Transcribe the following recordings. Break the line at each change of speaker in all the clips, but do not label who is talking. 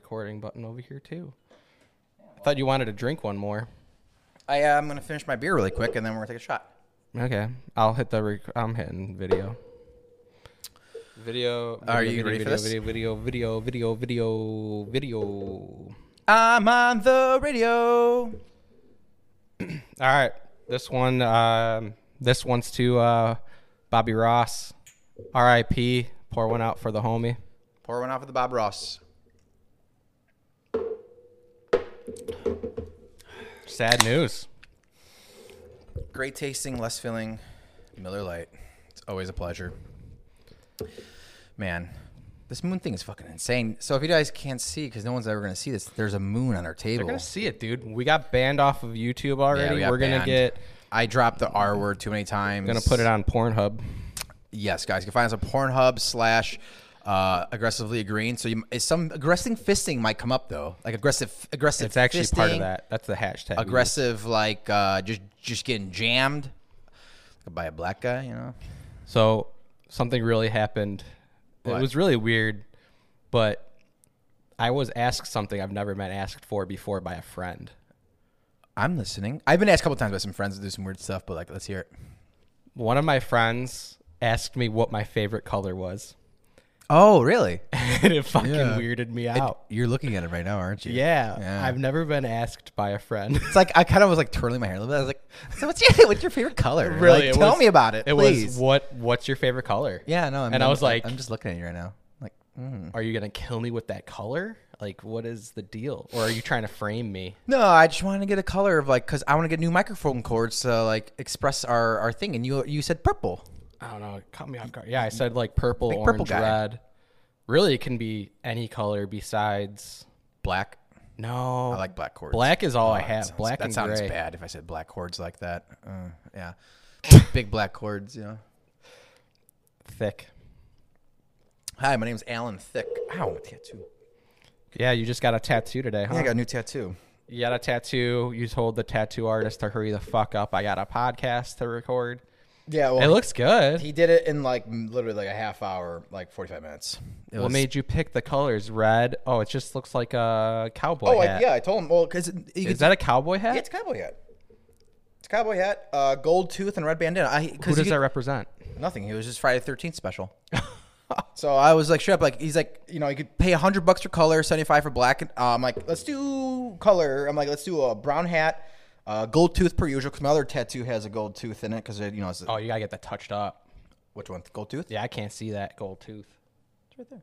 recording button over here too. I thought you wanted to drink one more.
I, uh, I'm going to finish my beer really quick, and then we're going to take a shot.
Okay, I'll hit the. Rec- I'm hitting video. Video. video,
Are you
video,
ready for
video,
this?
Video, video, video, video, video.
I'm on the radio.
All right, this one, um, this one's to uh, Bobby Ross, R.I.P. Pour one out for the homie.
Pour one off of the Bob Ross.
Sad news.
Great tasting, less filling Miller Lite. It's always a pleasure. Man, this moon thing is fucking insane. So if you guys can't see, because no one's ever going to see this, there's a moon on our
You're
table.
gonna see it, dude. We got banned off of YouTube already.
we got
We're gonna
banned.
get
I dropped the R word too many times.
gonna put it on Pornhub.
Yes, guys, you can find us on Pornhub slash uh, aggressively agreeing. So you, some aggressive fisting might come up though, like aggressive, aggressive.
It's actually part of
fisting,
that. That's the hashtag. we
Aggressive, like uh, just just getting jammed by a black guy, you know.
use. So something really happened. It
What?
was really weird, but I was asked something I've never been asked for before by a friend.
I'm listening. I've been asked a couple times by some friends to do some weird stuff, but like, let's hear it.
One of my friends asked me what my favorite color was,
Oh, really?
and it fucking
Yeah.
weirded me out.
You're looking at it right now, aren't you?
yeah,
Yeah.
I've never been asked by a friend.
It's like I kind of was like twirling my hair a little bit. I was like, "So what's your what's your favorite color?
Really,
Like,
it
tell
was-
me about it,
it
please."
was what? What's your favorite color?
yeah, no. I'm,
And I was like-
I'm just looking at you right now. Like, mm.
are you gonna kill me with that color? Like, what is the deal? Or are you trying to frame me?
No, I just wanted to get a color of like, cause I want to get new microphone cords to like express our, our thing. And you you said purple.
I don't know. It caught me off guard. Yeah, I said like purple,
Big
orange,
purple guy.
red. Really, it can be any color besides.
Black.
No,
I like black cords.
Black is all I
That
have.
sounds-
black
That
and
sounds
gray.
bad if I said black cords like that. Uh, yeah, big black cords. You know.
Thick.
Hi, my name's Alan Thick. Ow, my tattoo.
Yeah, you just got a tattoo today, huh?
Yeah, I got a new tattoo.
you got a tattoo. You told the tattoo artist to hurry the fuck up. I got a podcast to record.
Yeah, well,
It looks good.
he did it in like literally like a half hour, like forty five minutes. It
what made you pick the colors? Red. Oh, it just looks like a cowboy
Oh,
hat.
I, yeah, I told him. Well, cause it- you
Is
could-
that a cowboy
yeah,
hat?
it's a cowboy hat. It's a cowboy hat, uh, gold tooth, and red bandana. I,
Who
cause
does
you
that
could-
represent?
Nothing. It was just Friday Thirteenth special. so I was like, straight up, like he's like, you know, you could pay hundred bucks for color, seventy five for black. And, uh, I'm like, let's do color. I'm like, let's do a brown hat, uh, gold tooth per usual, because my other tattoo has a gold tooth in it, because you know, it's a,
Oh, you gotta get that touched up.
which one? Gold tooth.
Yeah, I can't see that gold tooth.
It's right there.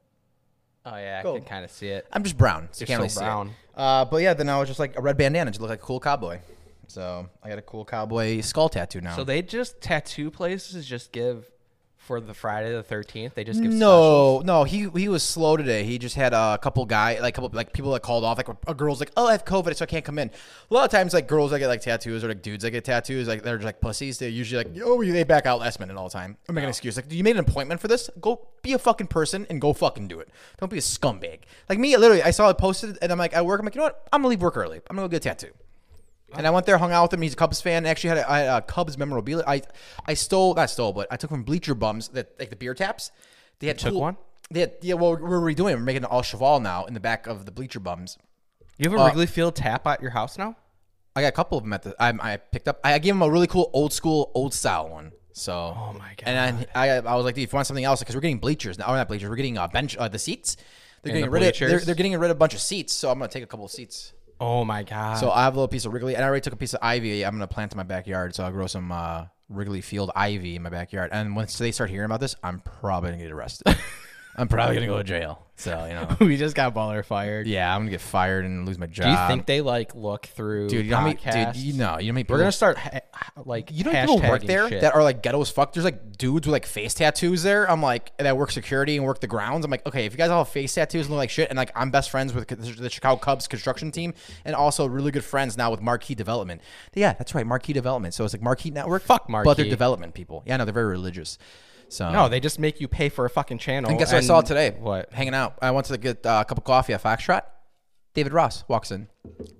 Oh yeah, I
Gold.
can kind of see it.
I'm just brown. So you
You're
can't really
so
see it.
brown.
Uh, but yeah, then I was just like a red bandana, just look like a cool cowboy. So I got a cool cowboy skull tattoo now.
So they just tattoo places just give for the Friday the thirteenth. They just give
No, no, he he was slow today. He just had a couple guy, like couple like people that called off. Like a, girl's like, oh, I have COVID, so I can't come in. A lot of times, like girls that get like tattoos or like dudes that get tattoos, like they're just like pussies. They're usually like, oh, they back out last minute all the time. I'm making an excuse. Like, you made an appointment for this? Go be a fucking person and go fucking do it. Don't be a scumbag. Like me, literally, I saw it posted, and I'm like, I work. I'm like, you know what? I'm gonna leave work early. I'm gonna go get a tattoo. And I went there, hung out with him. He's a Cubs fan. Actually, had a, I had a Cubs memorabilia. I, I stole, not stole, but I took from Bleacher Bums that like the beer taps. They had
took one?
They had, yeah. Well, we're redoing. it. We're making an all cheval now in the back of the Bleacher Bums.
You
Uh,
have a Wrigley Field tap at your house now.
I got a couple of them at the. I, I picked up. I gave him a really cool old school, old style one. So. Oh
my
And I, I, I was like, dude, if you want something else, because we're getting bleachers now, or not bleachers, we're getting uh, bench, uh, the seats. They're
And
getting
the
rid of. They're,
bleachers?
they're getting rid of a bunch of seats, so I'm gonna take a couple of seats.
Oh my god.
So I have a little piece of Wrigley, and I already took a piece of ivy. I'm gonna plant in my backyard, so I'll grow some uh, Wrigley Field ivy in my backyard. And once they start hearing about this, I'm probably gonna get arrested. I'm probably gonna go to jail. So you know,
we just got baller fired.
yeah, I'm gonna get fired and lose my job.
Do you think they like look through?
dude? You know how many, dude, you know, you know how many people
we're gonna start ha- ha- like
you know how many people work
hashtagging
there
shit.
that are like ghetto as fuck. There's like dudes with like face tattoos there. I'm like that work security and work the grounds. I'm like, okay, if you guys all have face tattoos and look like shit, and like I'm best friends with the Chicago Cubs construction team, and also really good friends now with Marquee Development. Yeah, that's right, Marquee Development. So it's like Marquee Network.
Fuck
but they're
Marquee.
development people. Yeah, no, they're very religious. So
no, they just make you pay for a fucking channel.
and guess what I
Oh,
saw
and-
today?
What?
Hanging out. I went to get uh, a cup of coffee at Foxtrot. David Ross walks in.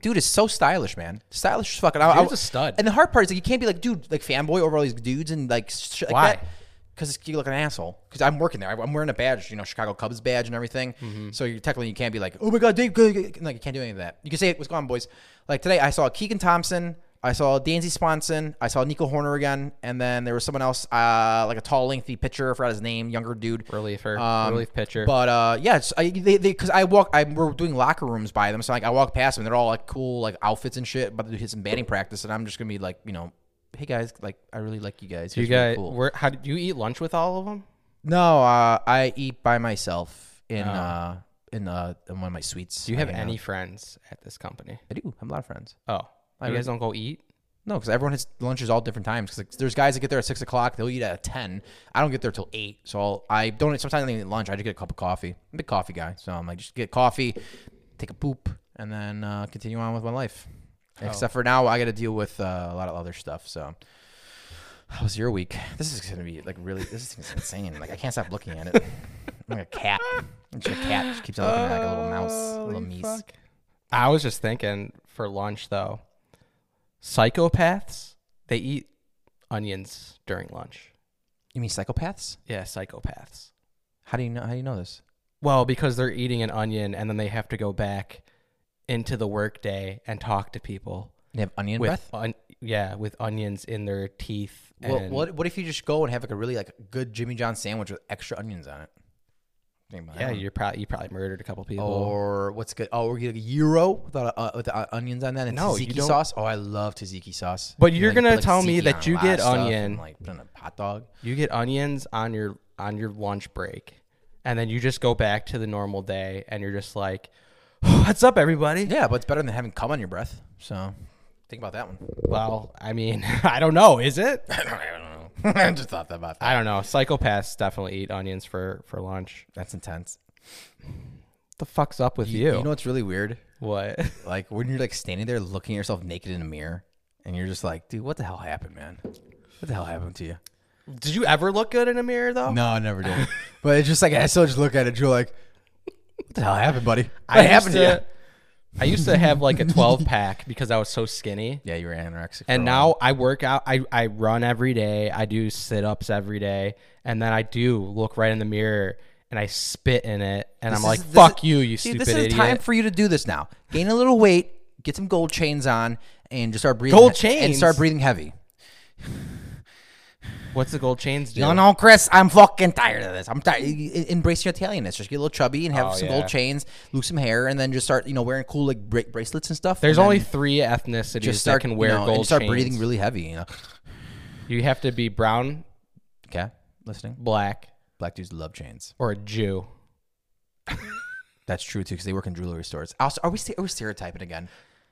Dude is so stylish, man. Stylish as fuck. And I, I-
Dude's a stud.
And the hard part is like you can't be like, dude, like fanboy over all these dudes and like shit like
Why?
that. because you look like an asshole. Because I'm working there. I'm wearing a badge, you know, Chicago Cubs badge and everything.
Mm-hmm.
So you technically you can't be like, oh my god, Dave, good, good," like you can't do any of that. You can say, what's going on, boys? Like today, I saw Keegan Thompson. I saw Danzy Swanson. I saw Nico Horner again, and then there was someone else, uh, like a tall, lengthy pitcher. I forgot his name, younger dude.
Reliever,
Um,
relief pitcher.
But uh, yeah, it's, I, they because I walk, I we're doing locker rooms by them, so like I walk past them, they're all like cool, like outfits and shit, about to hit some batting practice, and I'm just gonna be like, you know, hey guys, like I really like you guys.
you
guys are
guys, where, how did you eat lunch with all of them?
No, uh, I eat by myself in uh in uh in one of my suites.
Oh. Do you have any friends at this company?
I do. I have a lot of friends.
Oh, you guys don't go eat.
No, because everyone has lunches all different times. Because there's guys that get there at six o'clock, they'll eat at ten. I don't get there till eight, so I'll, I don't. Sometimes I don't even eat lunch. I just get a cup of coffee. I'm a big coffee guy, so I'm like just get coffee, take a poop, and then uh, continue on with my life. Except for now, I got to deal with uh, a lot of other stuff. So, how was your week? This is gonna be like really. This is insane. Like I can't stop looking at it. I'm like a cat. I'm just a cat. She keeps on looking at it like a little mouse, a little meese.
I was just thinking for lunch though, psychopaths they eat onions during lunch.
You mean psychopaths?
Yeah, psychopaths.
How do you know? How do you know this?
Well, because they're eating an onion and then they have to go back into the workday and talk to people
They have onion
with
breath.
on- yeah with onions in their teeth.
Well,
and-
what what if you just go and have like a really like good Jimmy John sandwich with extra onions on it? Think about
Yeah,
that.
you probably you probably murdered a couple people.
Or what's good? Oh, we're getting a gyro without uh, with uh, onions on that and
No, you
tzatziki
don't-
sauce. Oh, I love tzatziki sauce.
But
You
you're
you
gonna
put, like,
tell me
tzatziki
that
on a
you
lot of
get
stuff and,
onion.
like put in a hot dog.
You get onions on your on your lunch break, and then you just go back to the normal day, and you're just like, "What's up, everybody?"
Yeah, but it's better than having cum on your breath. So think about that one.
Well, I mean, I don't know. Is it?
I don't know. I just thought about that.
I don't know. Psychopaths definitely eat onions for for lunch.
That's intense.
What the fuck's up with you?
You know what's really weird?
what?
Like when you're like standing there looking at yourself naked in a mirror, and you're just like, dude, what the hell happened, man? What the hell happened to you?
Did you ever look good in a mirror though?
No, I never did. but it's just like I still just look at it. You're like, what the hell happened, buddy? What
I happened to. I used to have like a 12 pack because I was so skinny.
you? Yeah, you were anorexic.
And now I work out. I, I run every day. I do sit ups every day. And then I do look right in the mirror and I spit in it. And I'm like, fuck you, you stupid
This is
idiot.
time for you to do this now. Gain a little weight, get some gold chains on, and just start breathing.
Gold
and
chains?
start breathing heavy.
What's the gold chains do?
No, no, Chris, I'm fucking tired of this. I'm tired. You- you- Embrace your Italianness. Just get a little chubby and have
Oh,
some
yeah.
gold chains, lose some hair, and then just start, you know, wearing cool like bra- bracelets and stuff.
There's
and
only
then
three ethnicities
just start
that can wear
you know, and
gold
start
chains.
breathing really heavy. You know,
you have to be brown,
okay, listening.
black,
Black dudes love chains.
or a Jew.
That's true too, because they work in jewelry stores. Also, are we st- are we stereotyping again?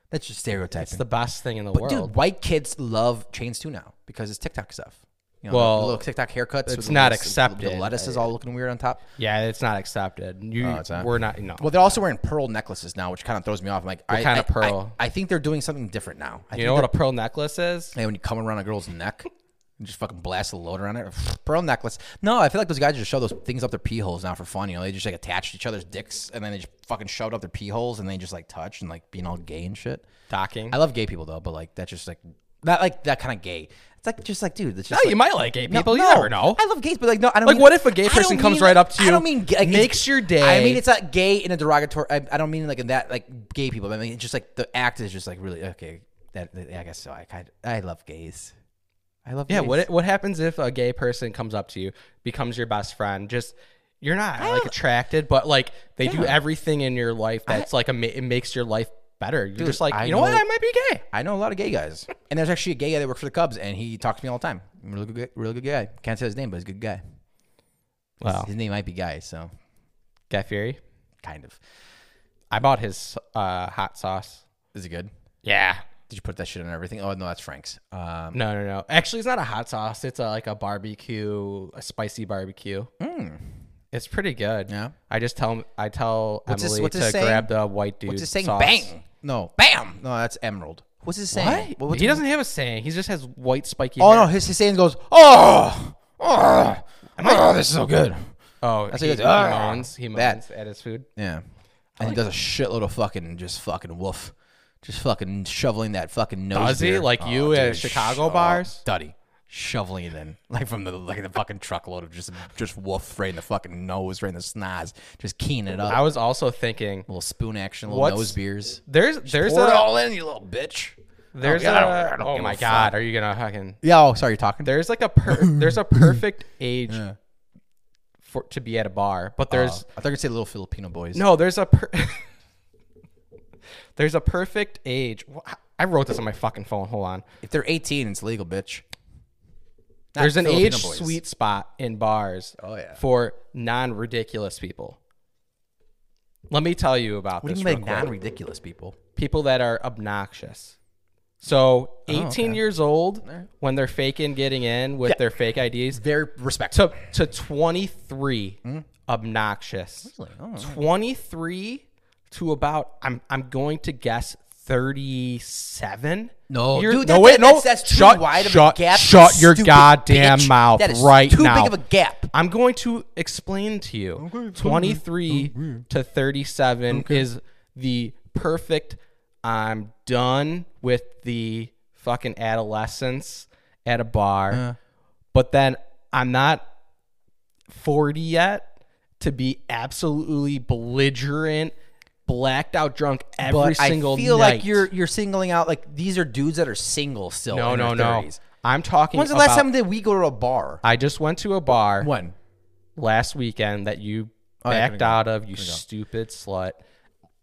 That's just stereotyping.
It's the best thing in the
but
world.
dude, white kids love chains too now because it's TikTok stuff. You know,
Well,
the little TikTok haircuts. with
it's
the
not
lettuce- the- The
accepted.
lettuce is all looking weird on top.
yeah, it's not accepted. You,
Oh, it's not?
We're not, no.
Well, they're also wearing pearl necklaces now, which kind of throws me off. I'm like, I,
kind
I-
of pearl?
I, I think they're doing something different now.
you
I think
know what a pearl necklace is?
Hey, when you come around a girl's neck and just fucking blast a loader on it, pearl necklace. No, I feel like those guys just shove those things up their pee holes now for fun. You know, they just like attached each other's dicks and then they just fucking shoved up their pee holes and they just like touch and like being all gay and shit.
Docking.
I love gay people though, but like that's just like not like that kind of gay. It's like just like dude, it's
No,
just like,
Oh, you might like gay people. you
no,
never know.
I love gays, but like no, I don't.
Like,
mean-
what if a gay
I don't
person comes
mean-
right up to
I
you,
don't mean gay- like, it's-
makes your day?
I mean, it's not gay in a derogatory. I, I don't mean like in that like gay people. But I mean, it's just like the act is just like really okay. That, that- I guess so. I kind I love gays. I love
Yeah,
Gays.
what what happens if a gay person comes up to you, becomes your best friend? Just you're not like
don't-
attracted, but like they do everything in your life that's like a, ma- it makes your life better. You're just like,
I
you know, what?
know-
I might be gay.
I know a lot of gay guys, and there's actually a gay guy that works for the Cubs, and he talks to me all the time. Really good, guy- really good guy. Can't say his name, but he's a good guy.
Wow,
His name might be Guy, so
Guy Fieri.
kind of.
I bought his uh, hot sauce.
Is it good?
Yeah.
Did you put that shit on everything? Oh no, that's Frank's. Um,
No, no, no. Actually, it's not a hot sauce. It's a, like a barbecue, a spicy barbecue. It's pretty good.
Hmm. Yeah?
I just tell I tell
this-
Emily
what's
to
this saying?
grab the white dude.
What's it saying?
sauce.
Bang. No, bam. No, that's Emerald. What's it saying?
What?
What- what's
he
it-
doesn't have a saying. He just has white spiky.
Oh
hair.
no, his, his saying goes, oh, oh, oh, this is so good.
Oh, that's he,
what he
he
goes, "Argh."
moans. He
That.
moans at his food.
Yeah, and he does a shitload of fucking just fucking woof, just fucking shoveling that fucking nose.
Does he?
beer. Oh,
Like you at Chicago bars?
Duddy, shoveling it in, like from the like the fucking truckload of just just woof right in the fucking nose, right in the snaz, just keying it up.
I was also thinking
little spoon action, little
What's-
nose beers.
there's there's
Pour it
a
all in, you little bitch.
there's
Oh, God, I don't- I
a
don't
oh
give
my
a
god
fuck.
are you gonna fucking
Yeah. Oh, sorry, you're talking.
there's like a per, there's a perfect age for to be at a bar but
Oh, I
there's
thought you were gonna say little Filipino boys.
No, there's a per- there's a perfect age. Wh- I wrote this on my fucking phone. Hold on.
If they're 18, it's legal, bitch. Not
There's an
Filipino
age
boys.
sweet spot in bars
Oh, yeah.
for non ridiculous people. Let me tell you about
What do
this.
you
real
mean
quick.
by non-ridiculous people?
people that are obnoxious.
Oh,
So 18 years old when they're faking getting in with their fake IDs
Very respectful. Hmm?
to to 23 obnoxious.
Oh,
23 to about I'm I'm going to guess 37.
No,
You're-
dude,
no,
that-
wait,
that-
no.
that's- that's too
shut,
wide of a
shut,
gap, you
Shut your
stupid
goddamn
bitch.
mouth
That is
right
too big
now.
of a gap.
I'm going to explain to you. 23
Oh,
to 37 is the perfect. I'm done with the fucking adolescence at a bar,
Uh.
but then I'm not 40 yet to be absolutely belligerent, blacked out drunk every
but I
single
feel
night.
like you're you're singling out like these are dudes that are single still.
no,
in
no,
their
no.
30s.
I'm talking.
When's the last
about-
time that we go to a bar?
I just went to a bar?
When?
last weekend that you
yeah,
backed
couldn't go.
out of, you stupid slut.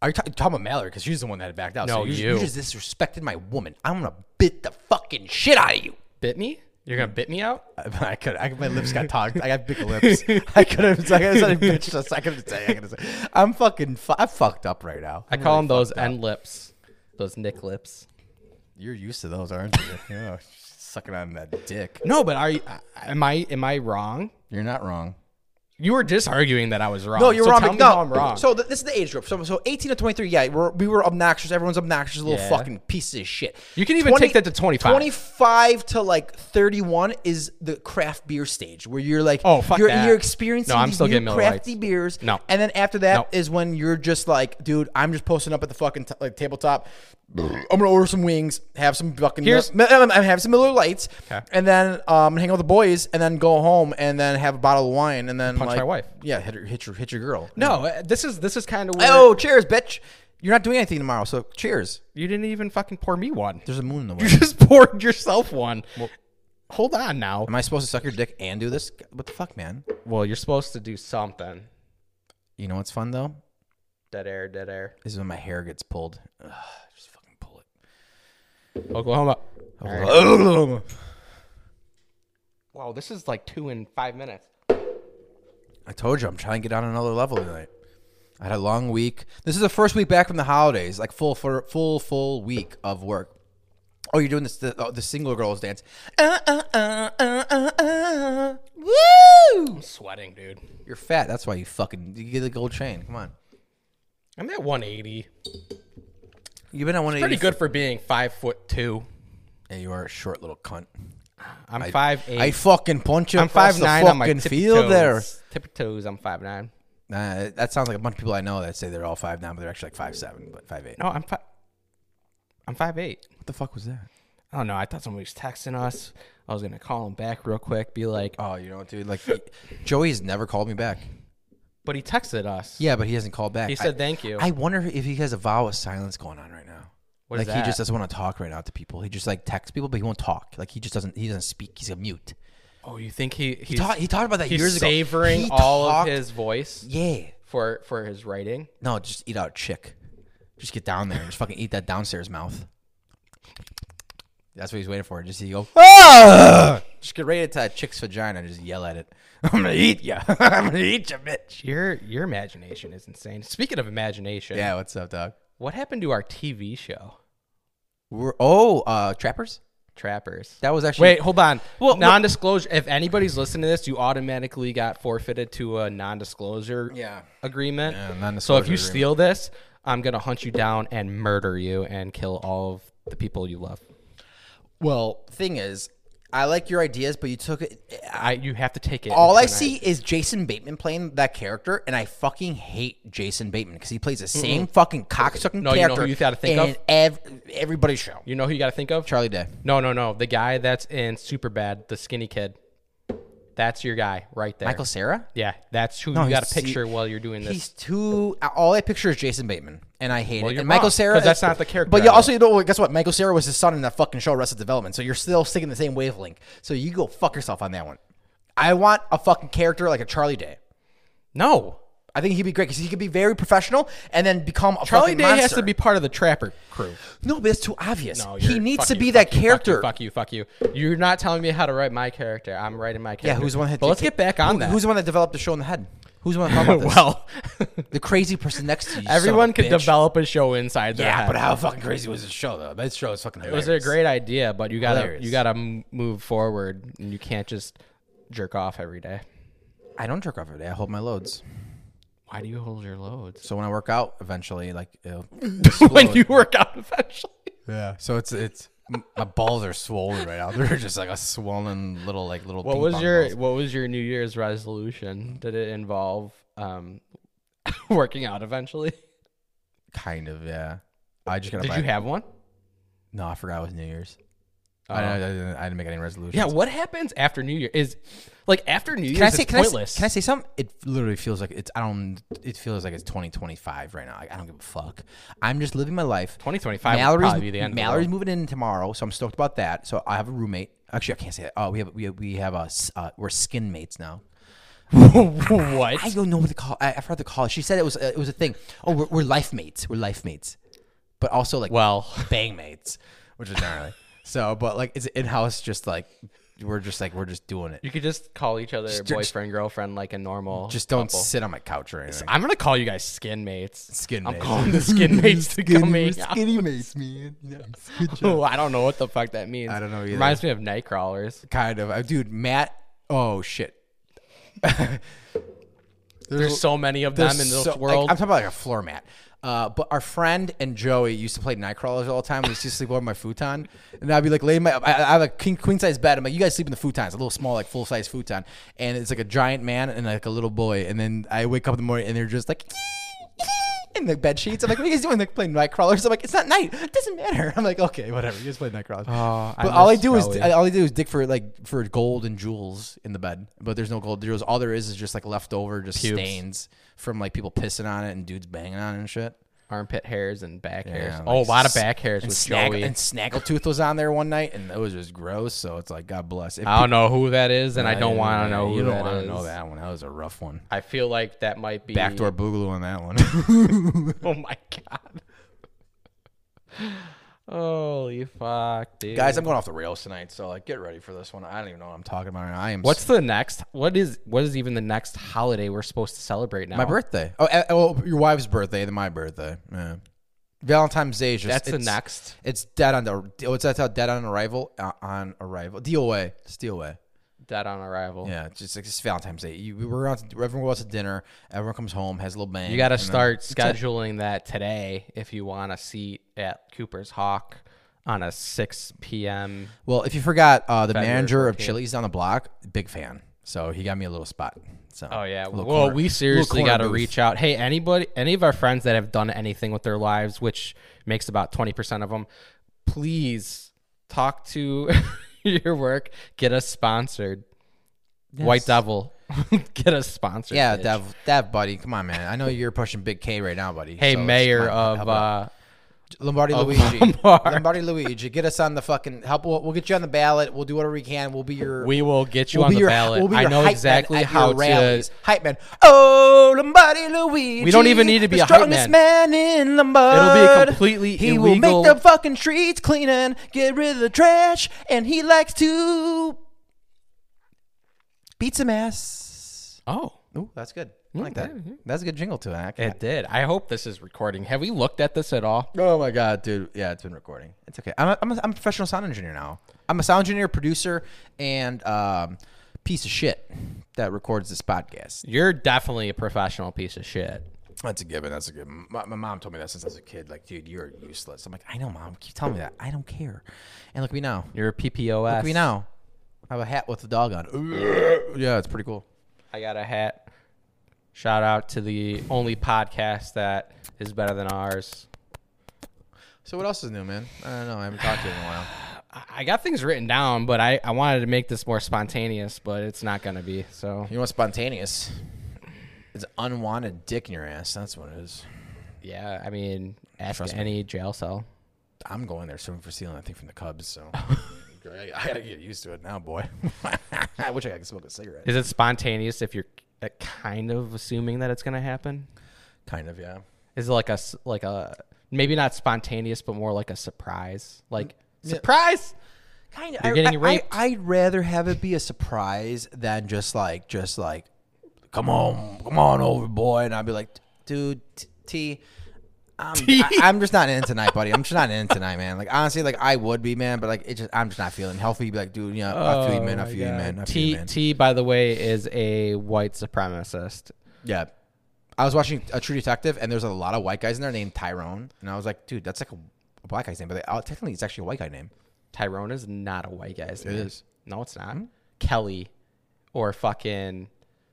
Are you ta- talking about Mallory? Because she's the one that backed out.
No,
so you,
you.
you just disrespected my woman. I'm gonna bit the fucking shit out of you.
Bit me? You're gonna bit me out?
I could. I, my lips got talked. I got big lips. I could have. I could have bitch. just- I could have said. I could have said. I'm fucking. Fu- I'm fucked up right now.
I call them those end lips, those nick lips.
You're used to those, aren't you? yeah, sucking on that dick.
No, but are you, uh, am I am I wrong?
You're not wrong.
You were just arguing that I was wrong.
No, you're
so
wrong.
Tell
but
me
no,
how I'm wrong.
So th- this is the age group. So, so 18 to 23. Yeah, we're, we were obnoxious. Everyone's obnoxious. Little
Yeah.
fucking pieces of shit.
You can even take that to 25.
25 to like 31 is the craft beer stage where you're like,
Oh, fuck
you're,
that.
you're experiencing
No, I'm
these
still
new
getting Miller
crafty
Lights.
beers.
No.
and then after that is
No.
when you're just like, dude, I'm just posting up at the fucking t- like tabletop. I'm gonna order some wings, have some fucking
Here's-
Mi- I'm, I'm have some Miller Lights, and then um, hang out with the boys, and then go home, and then have a bottle of wine, and then
Punch
like,
my wife.
Yeah, hit her, hit your, hit your girl.
no, uh, this is this is kind of weird.
Oh, cheers, bitch. You're not doing anything tomorrow, so cheers.
You didn't even fucking pour me one.
There's a moon in the
You
way.
just poured yourself one. Hold on now.
Am I supposed to suck your dick and do this? What the fuck, man?
Well, you're supposed to do something.
You know what's fun though?
Dead air, dead air.
This is when my hair gets pulled. Ugh, just fucking pull it.
Oklahoma. All right.
Ugh.
Wow, this is like two in five minutes.
I told you I'm trying to get on another level tonight. I had a long week. This is the first week back from the holidays, like full for full full week of work. Oh, you're doing this the, oh, the single girls dance. Uh, uh, uh, uh, uh, uh. Woo!
I'm sweating, dude.
You're fat. That's why you fucking you get the gold chain. Come on.
I'm at 180.
You've been on one
Pretty good for being five foot two.
Yeah, you are a short little cunt.
I'm five eight.
I fucking punch you.
I'm
across
five
the
nine
fucking
on my tippy
field
toes.
there.
Tippy toes. I'm five nine.
Nah, that sounds like a bunch of people I know that say they're all five nine, but they're actually like five seven, but five eight.
No, I'm five. I'm five eight.
What the fuck was that?
I don't know. I thought somebody was texting us. I was gonna call him back real quick. Be like,
Oh, you know what, dude? Like, Joey's never called me back.
but he texted us.
Yeah, but he hasn't called back.
He
I,
said thank you.
I wonder if he has a vow of silence going on right now.
What
like
is
he just
that?
doesn't want to talk right now to people. He just like texts people, but he won't talk. Like he just doesn't. He doesn't speak. He's a mute.
oh, you think he he's,
He, talked. he talked about that
he's
years
savoring
ago. He
all
talked-
of his voice
Yeah.
for for his writing?
No, just eat out a chick. Just get down there and just fucking eat that downstairs mouth. That's what he's waiting for. Just he go, ah! just get right into that chick's vagina and just yell at it. I'm gonna eat ya. I'm gonna eat ya, bitch.
Your your imagination is insane. Speaking of imagination,
Yeah, what's up, dog?
what happened to our TV show
We're oh, uh, trappers.
Trappers?
That was actually
Wait, hold on.
Well, look-
non-disclosure. If anybody's listening to this, you automatically got forfeited to a non-disclosure
Yeah.
agreement.
Yeah,
so
non-disclosure
if you
agreement.
steal this, I'm gonna hunt you down and murder you and kill all of the people you love.
Well, thing is, I like your ideas, but you took it.
I you have to take it.
All I
tonight.
see is Jason Bateman playing that character, and I fucking hate Jason Bateman because he plays the same fucking cocksucking
No, you know
character
who you gotta think
in
of?
ev- everybody's show.
You know who you got to think of?
Charlie Day.
No, no, no. The guy that's in Superbad, the skinny kid. That's your guy right there.
Michael Sarah?
Yeah, that's who you
he's
got to
the-
picture while you're doing this.
He's too. All I picture is Jason Bateman, and I hate
Well,
it.
you're
And
wrong,
Michael Sarah.
'cause that's not the character
But
I
you
know.
also, you know, guess what? Michael Sarah was his son in that fucking show, Arrested Development. So you're still sticking the same wavelength. So you go fuck yourself on that one. I want a fucking character like a Charlie Day.
no,
I think he'd be great because he could be very professional and then become a
Charlie
fucking
Day has
monster.
to be part of the Trapper crew.
No, but that's too obvious.
No,
he
Oh, you're-
needs
fuck
to
you,
be
fuck
that
you, fuck you,
character.
Fuck you, fuck you, You're not telling me how to write my character. I'm writing my
Yeah,
character.
who's the one that?
But let's get back on
who-
that.
Who's the one that developed the show in the head? Who's the one that thought about this?
well,
the crazy person next to you. you son of a
everyone could
bitch.
develop a show inside their
Yeah,
head.
but how fucking crazy was this show though? That show is fucking.
it was
Hilarious.
a great idea, but you gotta
Hilarious.
you gotta m- move forward, and you can't just jerk off every day.
I don't jerk off every day. I hold my loads.
Why do you hold your loads
So when I work out, eventually, like it'll
when
explode.
you work out eventually?
yeah. So it's it's my balls are swollen right now. They're just like a swollen little like little.
What
ping
was
pong
your
balls.
What was your New Year's resolution? Did it involve um, working out eventually?
kind of yeah? I just gotta.
Did
buy-
you have one?
No, I forgot it was New Year's. I, I, didn't, I didn't make any resolutions.
Yeah. What happens after New Year? Is like after New Year's,
Can I say
it's
can I,
pointless.
s- can I say something? It literally feels like it's. I don't. It feels like it's 2025 right now. Like, I don't give a fuck. I'm just living my life.
2025 would
Mallory's
probably be the end of the
Mallory's moving in tomorrow, so I'm stoked about that. So I have a roommate. Actually, I can't say that. Oh, we have we have, we have a s- uh, we're skin mates now.
what?
I don't know what to call. I, I forgot to call it. She said it was uh, it was a thing. Oh, we're, we're life mates. We're life mates, but also like
well,
bang mates, which is gnarly. so, but like it's in house. Just like we're just like we're just doing it.
you could just call each other
just-
boyfriend, girlfriend, like a normal.
Just don't
couple.
sit on my couch or anything.
I'm gonna call you guys skin mates.
Skin
I'm
mates.
calling the skin mates to come in.
mates, man.
Oh, I don't know what the fuck that means. I
don't know either.
Reminds me of Nightcrawlers.
kind of, Uh, dude. Matt. Oh shit.
There's so many of them in this
so- like,
world.
I'm talking about like a floor mat. Uh, but our friend and Joey used to play Nightcrawlers all the time. We used to sleep over my futon, and I'd be like laying my. I, I have a king queen size bed. I'm like, you guys sleep in the futon. It's a little small, like full size futon, and it's like a giant man and like a little boy. And then I wake up in the morning and they're just like. In the bed sheets, I'm like, "What are you guys doing?" They're playing Nightcrawlers. I'm like, "It's not night. It doesn't matter." I'm like, "Okay, whatever. You guys play Nightcrawlers."
Oh, I
but all I
miss
do is
Joey.
I, all I do is dig for like for gold and jewels in the bed. But there's no gold jewels. All there is is just like leftover, just
Pubes.
stains from like people pissing on it and dudes banging on it and shit.
Armpit hairs and back hairs.
Yeah,
oh, a
like
lot of
s-
back hairs
And,
with
snag-
Joey.
and Snaggletooth was on there one night, and it was just gross. So it's like, God bless. If
I don't know who that is, and I don't
you-
want to know who
You don't
that
wanna
is.
know that one. That was a rough one.
I feel like that might be
Backdoor boogaloo on that one.
Oh my god. Holy fuck, dude.
Guys, I'm going off the rails tonight, so like, get ready for this one. I don't even know what I'm talking about. right now. I am
what's the next? What is what is even the next holiday we're supposed to celebrate now?
My birthday. Oh, uh, well, your wife's birthday, then my birthday. Yeah. Valentine's Day is just
That's the
it's,
next.
It's dead on the. What's that? called? Dead on arrival. Uh, on arrival. DOA. It's DOA.
Dead on arrival.
Yeah. It's just like it's Valentine's Day. You, we're out. To, everyone goes out to dinner. Everyone comes home. Has a little bang.
You got to
and then-
start
That's it.
scheduling that today if you want a seat at Cooper's Hawk on a 6 p.m.
Well, if you forgot, uh, the
February
manager of
14th.
Chili's down the block, big fan. So he got me a little spot. So
Oh yeah.
a little
Well,
corner-
we
little
seriously
corner
got to
booth.
reach out. Hey, anybody, any of our friends that have done anything with their lives, which makes about twenty percent of them, please talk to your work. Get us sponsored. White Devil, get us sponsored.
Yeah,
bitch.
that that buddy. Come on, man. I know you're pushing big K right now, buddy.
Hey,
so just
mayor
come on,
of
help out.
uh,
Lombardi Luigi.
Lombard.
Lombardi Luigi. Get us on the fucking help. We'll, we'll get you on the ballot. We'll do whatever we can. We'll be your.
we will get you
we'll
on
be
the
your,
ballot.
We'll be
I
your
know
hype
exactly
man at
how
your
to.
rallies. Hype man. Oh, Lombardi Luigi.
don't even need to be
the
a hype
strongest man. in Lombard.
It'll be a completely
He will
illegal-
make the fucking streets clean and get rid of the trash. And he likes to beat some ass. Mm-hmm.
Oh,
Ooh, that's good. I like that. That's a good jingle to it. I-
it did. I hope this is recording. Have we looked at this at all?
Oh my god, dude! Yeah, it's been recording. It's okay. I'm a, I'm a, I'm a professional sound engineer now. I'm a sound engineer, producer, and um, piece of shit that records this podcast.
You're definitely a professional piece of shit.
That's a given. That's a given. My, my mom told me that since I was a kid. Like, dude, you're useless. I'm like, I know, mom. Keep telling me that. I don't care. And look at me now.
You're a
Look at
PPOS.
me now. I have a hat with the dog on. yeah, it's pretty cool.
I got a hat. Shout out to the only podcast that is better than ours.
So what else is new, man? I don't know. I haven't talked to you in a while.
I- I got things written down, but I, I wanted to make this more spontaneous, but it's not going to be. So,
You want spontaneous? It's unwanted dick in your ass. That's what it is.
yeah, I mean, ask
Trust me.
any jail cell.
I'm going there soon for stealing. I think from the Cubs. So I, I gotta get used to it now, boy. I wish I could smoke a cigarette.
Is it spontaneous if you're uh, kind of assuming that it's going to happen?
Kind of, yeah.
Is it like a s- like a maybe not spontaneous, but more like a surprise? Like surprise?
Kind of.
You're getting raped.
I, I'd rather have it be a surprise than just like, just like, come on, come on over, boy. And I'd be like, dude, t- T. I'm, I, I'm just not in tonight, buddy. I'm just not in tonight, man. Like honestly, like I would be, man, but like it just I'm just not feeling healthy. You'd be like, dude, yeah, I feel you, man. I feel you, man. I feel you,
Oh T
man.
T by the way is a white supremacist.
Yeah. I was watching a True Detective, and there's a lot of white guys in there named Tyrone, and I was like, dude, that's like a, a black guy's name, but they, oh, technically it's actually a white guy name.
Tyrone is not a white guy's name.
is. Hmm?
No, it's not. Kelly or fucking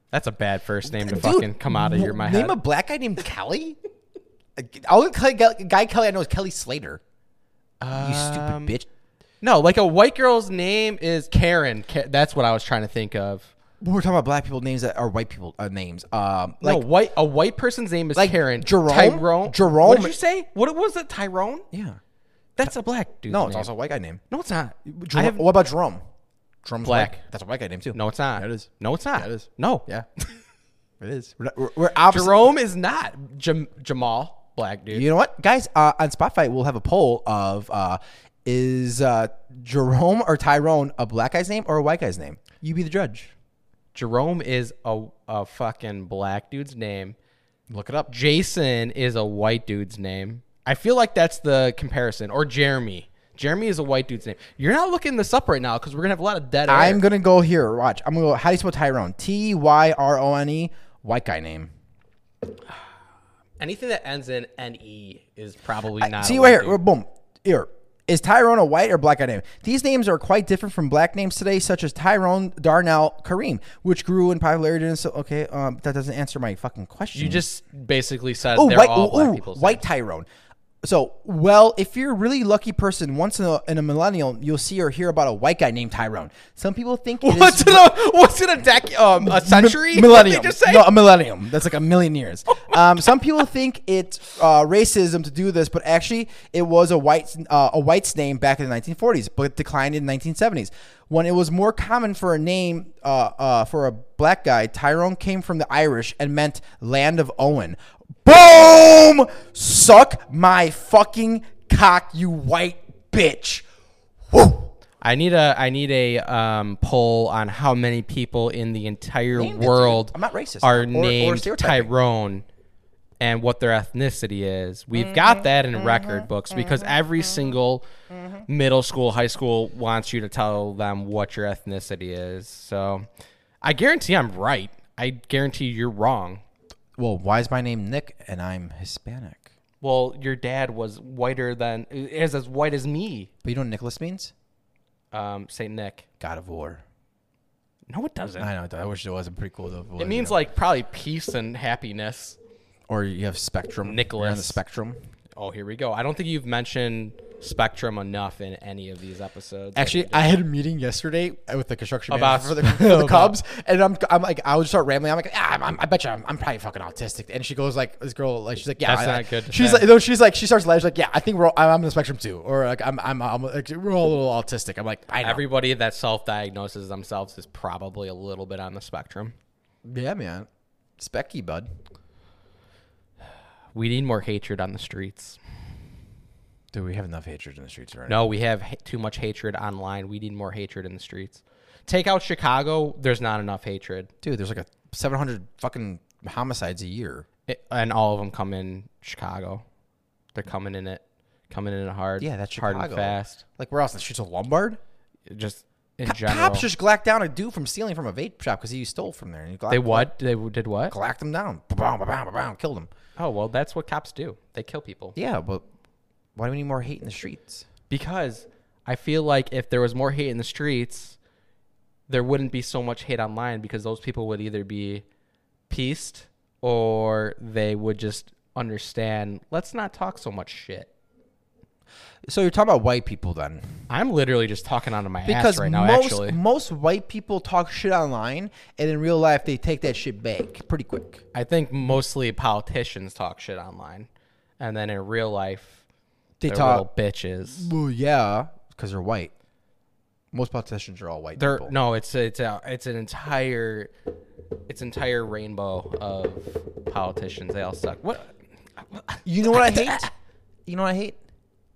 that's a bad first name to fucking come out of your my
name
head.
a black guy named Kelly. Like, All the Kelly, guy Kelly I know is Kelly Slater. you
Um,
stupid bitch.
no, like a white girl's name is Karen. Ka- that's what I was trying to think of.
We're talking about black people names that are white people uh, names. Um,
Like,
like
white a white person's name is
Like
Karen.
Jerome?
Tyrone.
Jerome-
What did you say? What was it? Tyrone?
yeah,
That's a black dude.
no, it's also a white guy name.
No, it's not. I
Jerome,
have,
what about Jerome? Jerome's
Black.
white. That's a white guy name too.
no, it's not.
Yeah, it is.
No, it's not.
Yeah, it is.
No.
Yeah, it is. We're, not, we're, we're opposite.
Jerome is not Jam- Jamal, black dude.
You know what, guys? Uh, on Spotify, we'll have a poll of uh, is uh, Jerome or Tyrone a black guy's name or a white guy's name? You be the judge.
Jerome is a, a fucking black dude's name.
Look it up.
Jason is a white dude's name. I feel like that's the comparison. Or Jeremy. Jeremy is a white dude's name. You're not looking this up right now because we're gonna have a lot of dead air.
I'm gonna go here. Watch. I'm gonna go. How do you spell Tyrone? T Y R O N E. White guy name.
Anything that ends in ne is probably not.
See
a
right
white
here.
dude.
Boom. Here. Is Tyrone a white or black guy name? These names are quite different from black names today, such as Tyrone, Darnell, Kareem, which grew in popularity. And so, okay, um, that doesn't answer my fucking question.
You just basically said
Oh,
they're
white,
all black
ooh,
people's
white Tyrone. So, well, if you're a really lucky person, once in a, in a millennial, you'll see or hear about a white guy named Tyrone. Some people think it is
What's in a what's in a dec- um a century?
millennium.
What did you just say? Oh
No, a millennium. That's like a million years. Um, some people think it's uh, racism to do this, but actually, it was a white uh, a white's name back in the 1940s, but it declined in the 1970s when it was more common for a name uh, uh, for a black guy. Tyrone came from the Irish and meant land of Owen. Boom! Suck my fucking cock, you white bitch. Woo!
I need a I need a um, poll on how many people in the entire
Named it, dude.
world
I'm not racist.
are
Or- or
named
stereotyping.
Tyrone and what their ethnicity is. We've
Mm-hmm.
got that in record books because every single
Mm-hmm.
middle school, high school wants you to tell them what your ethnicity is. So I guarantee I'm right. I guarantee you're wrong.
Well, why is my name Nick and I'm Hispanic?
Well, your dad was whiter than is as white as me.
But you know what Nicholas means?
Um, Saint Nick.
God of War.
No, it doesn't.
I know. I wish it wasn't pretty cool though. if
it means like probably peace and happiness.
or you have Spectrum.
Nicholas.
You're on the Spectrum.
Oh, here we go. I don't think you've mentioned Spectrum enough in any of these episodes.
Actually, I had a meeting yesterday with the construction
About-
manager for the, for the Cubs, and I'm, I'm like, I would start rambling. I'm like, ah, I'm, I'm, I bet you, I'm, I'm probably fucking autistic. And she goes like, this girl, like, she's like, yeah,
That's
I,
not
I-
good to
She's
say.
like, no, she's like, she starts laughing. She's like, yeah, I think we're, all, I'm on the spectrum too, or like, I'm, I'm, I'm like, we're all a little autistic. I'm like, I know.
everybody that self-diagnoses themselves is probably a little bit on the spectrum.
yeah, man, Specky, bud.
We need more hatred on the streets.
Dude, we have enough hatred in the streets right now.
No, we have ha- too much hatred online. We need more hatred in the streets. Take out Chicago, there's not enough hatred.
Dude, there's like a 700 fucking homicides a year.
It- and all of them come in Chicago. They're coming in it, coming in it hard.
Yeah, that's
hard and
Chicago.
fast.
Like, where else? The streets of Lombard.
Just in
Co-
general,
Cops just glacked down a dude from stealing from a vape shop because he stole from there. And he glacked,
they what? They did what?
Glacked him down. Ba-bam, ba-bam, ba-bam, killed him.
Oh well, that's what cops do. They kill people.
Yeah, but why do we need more hate in the streets?
because I feel like if there was more hate in the streets, there wouldn't be so much hate online because those people would either be pieced or they would just understand. Let's not talk so much shit.
So you're talking about white people then?
I'm literally just talking onto my
Because
ass right now.
most
actually,
most white people talk shit online, and in real life they take that shit back pretty quick.
I think mostly politicians talk shit online, and then in real life,
They
they're
talk,
little bitches.
well, yeah, because they're white. Most politicians are all white.
They're
people.
no, it's it's a, it's an entire it's entire rainbow of politicians. They all suck. What
You know what I hate? You know what I hate?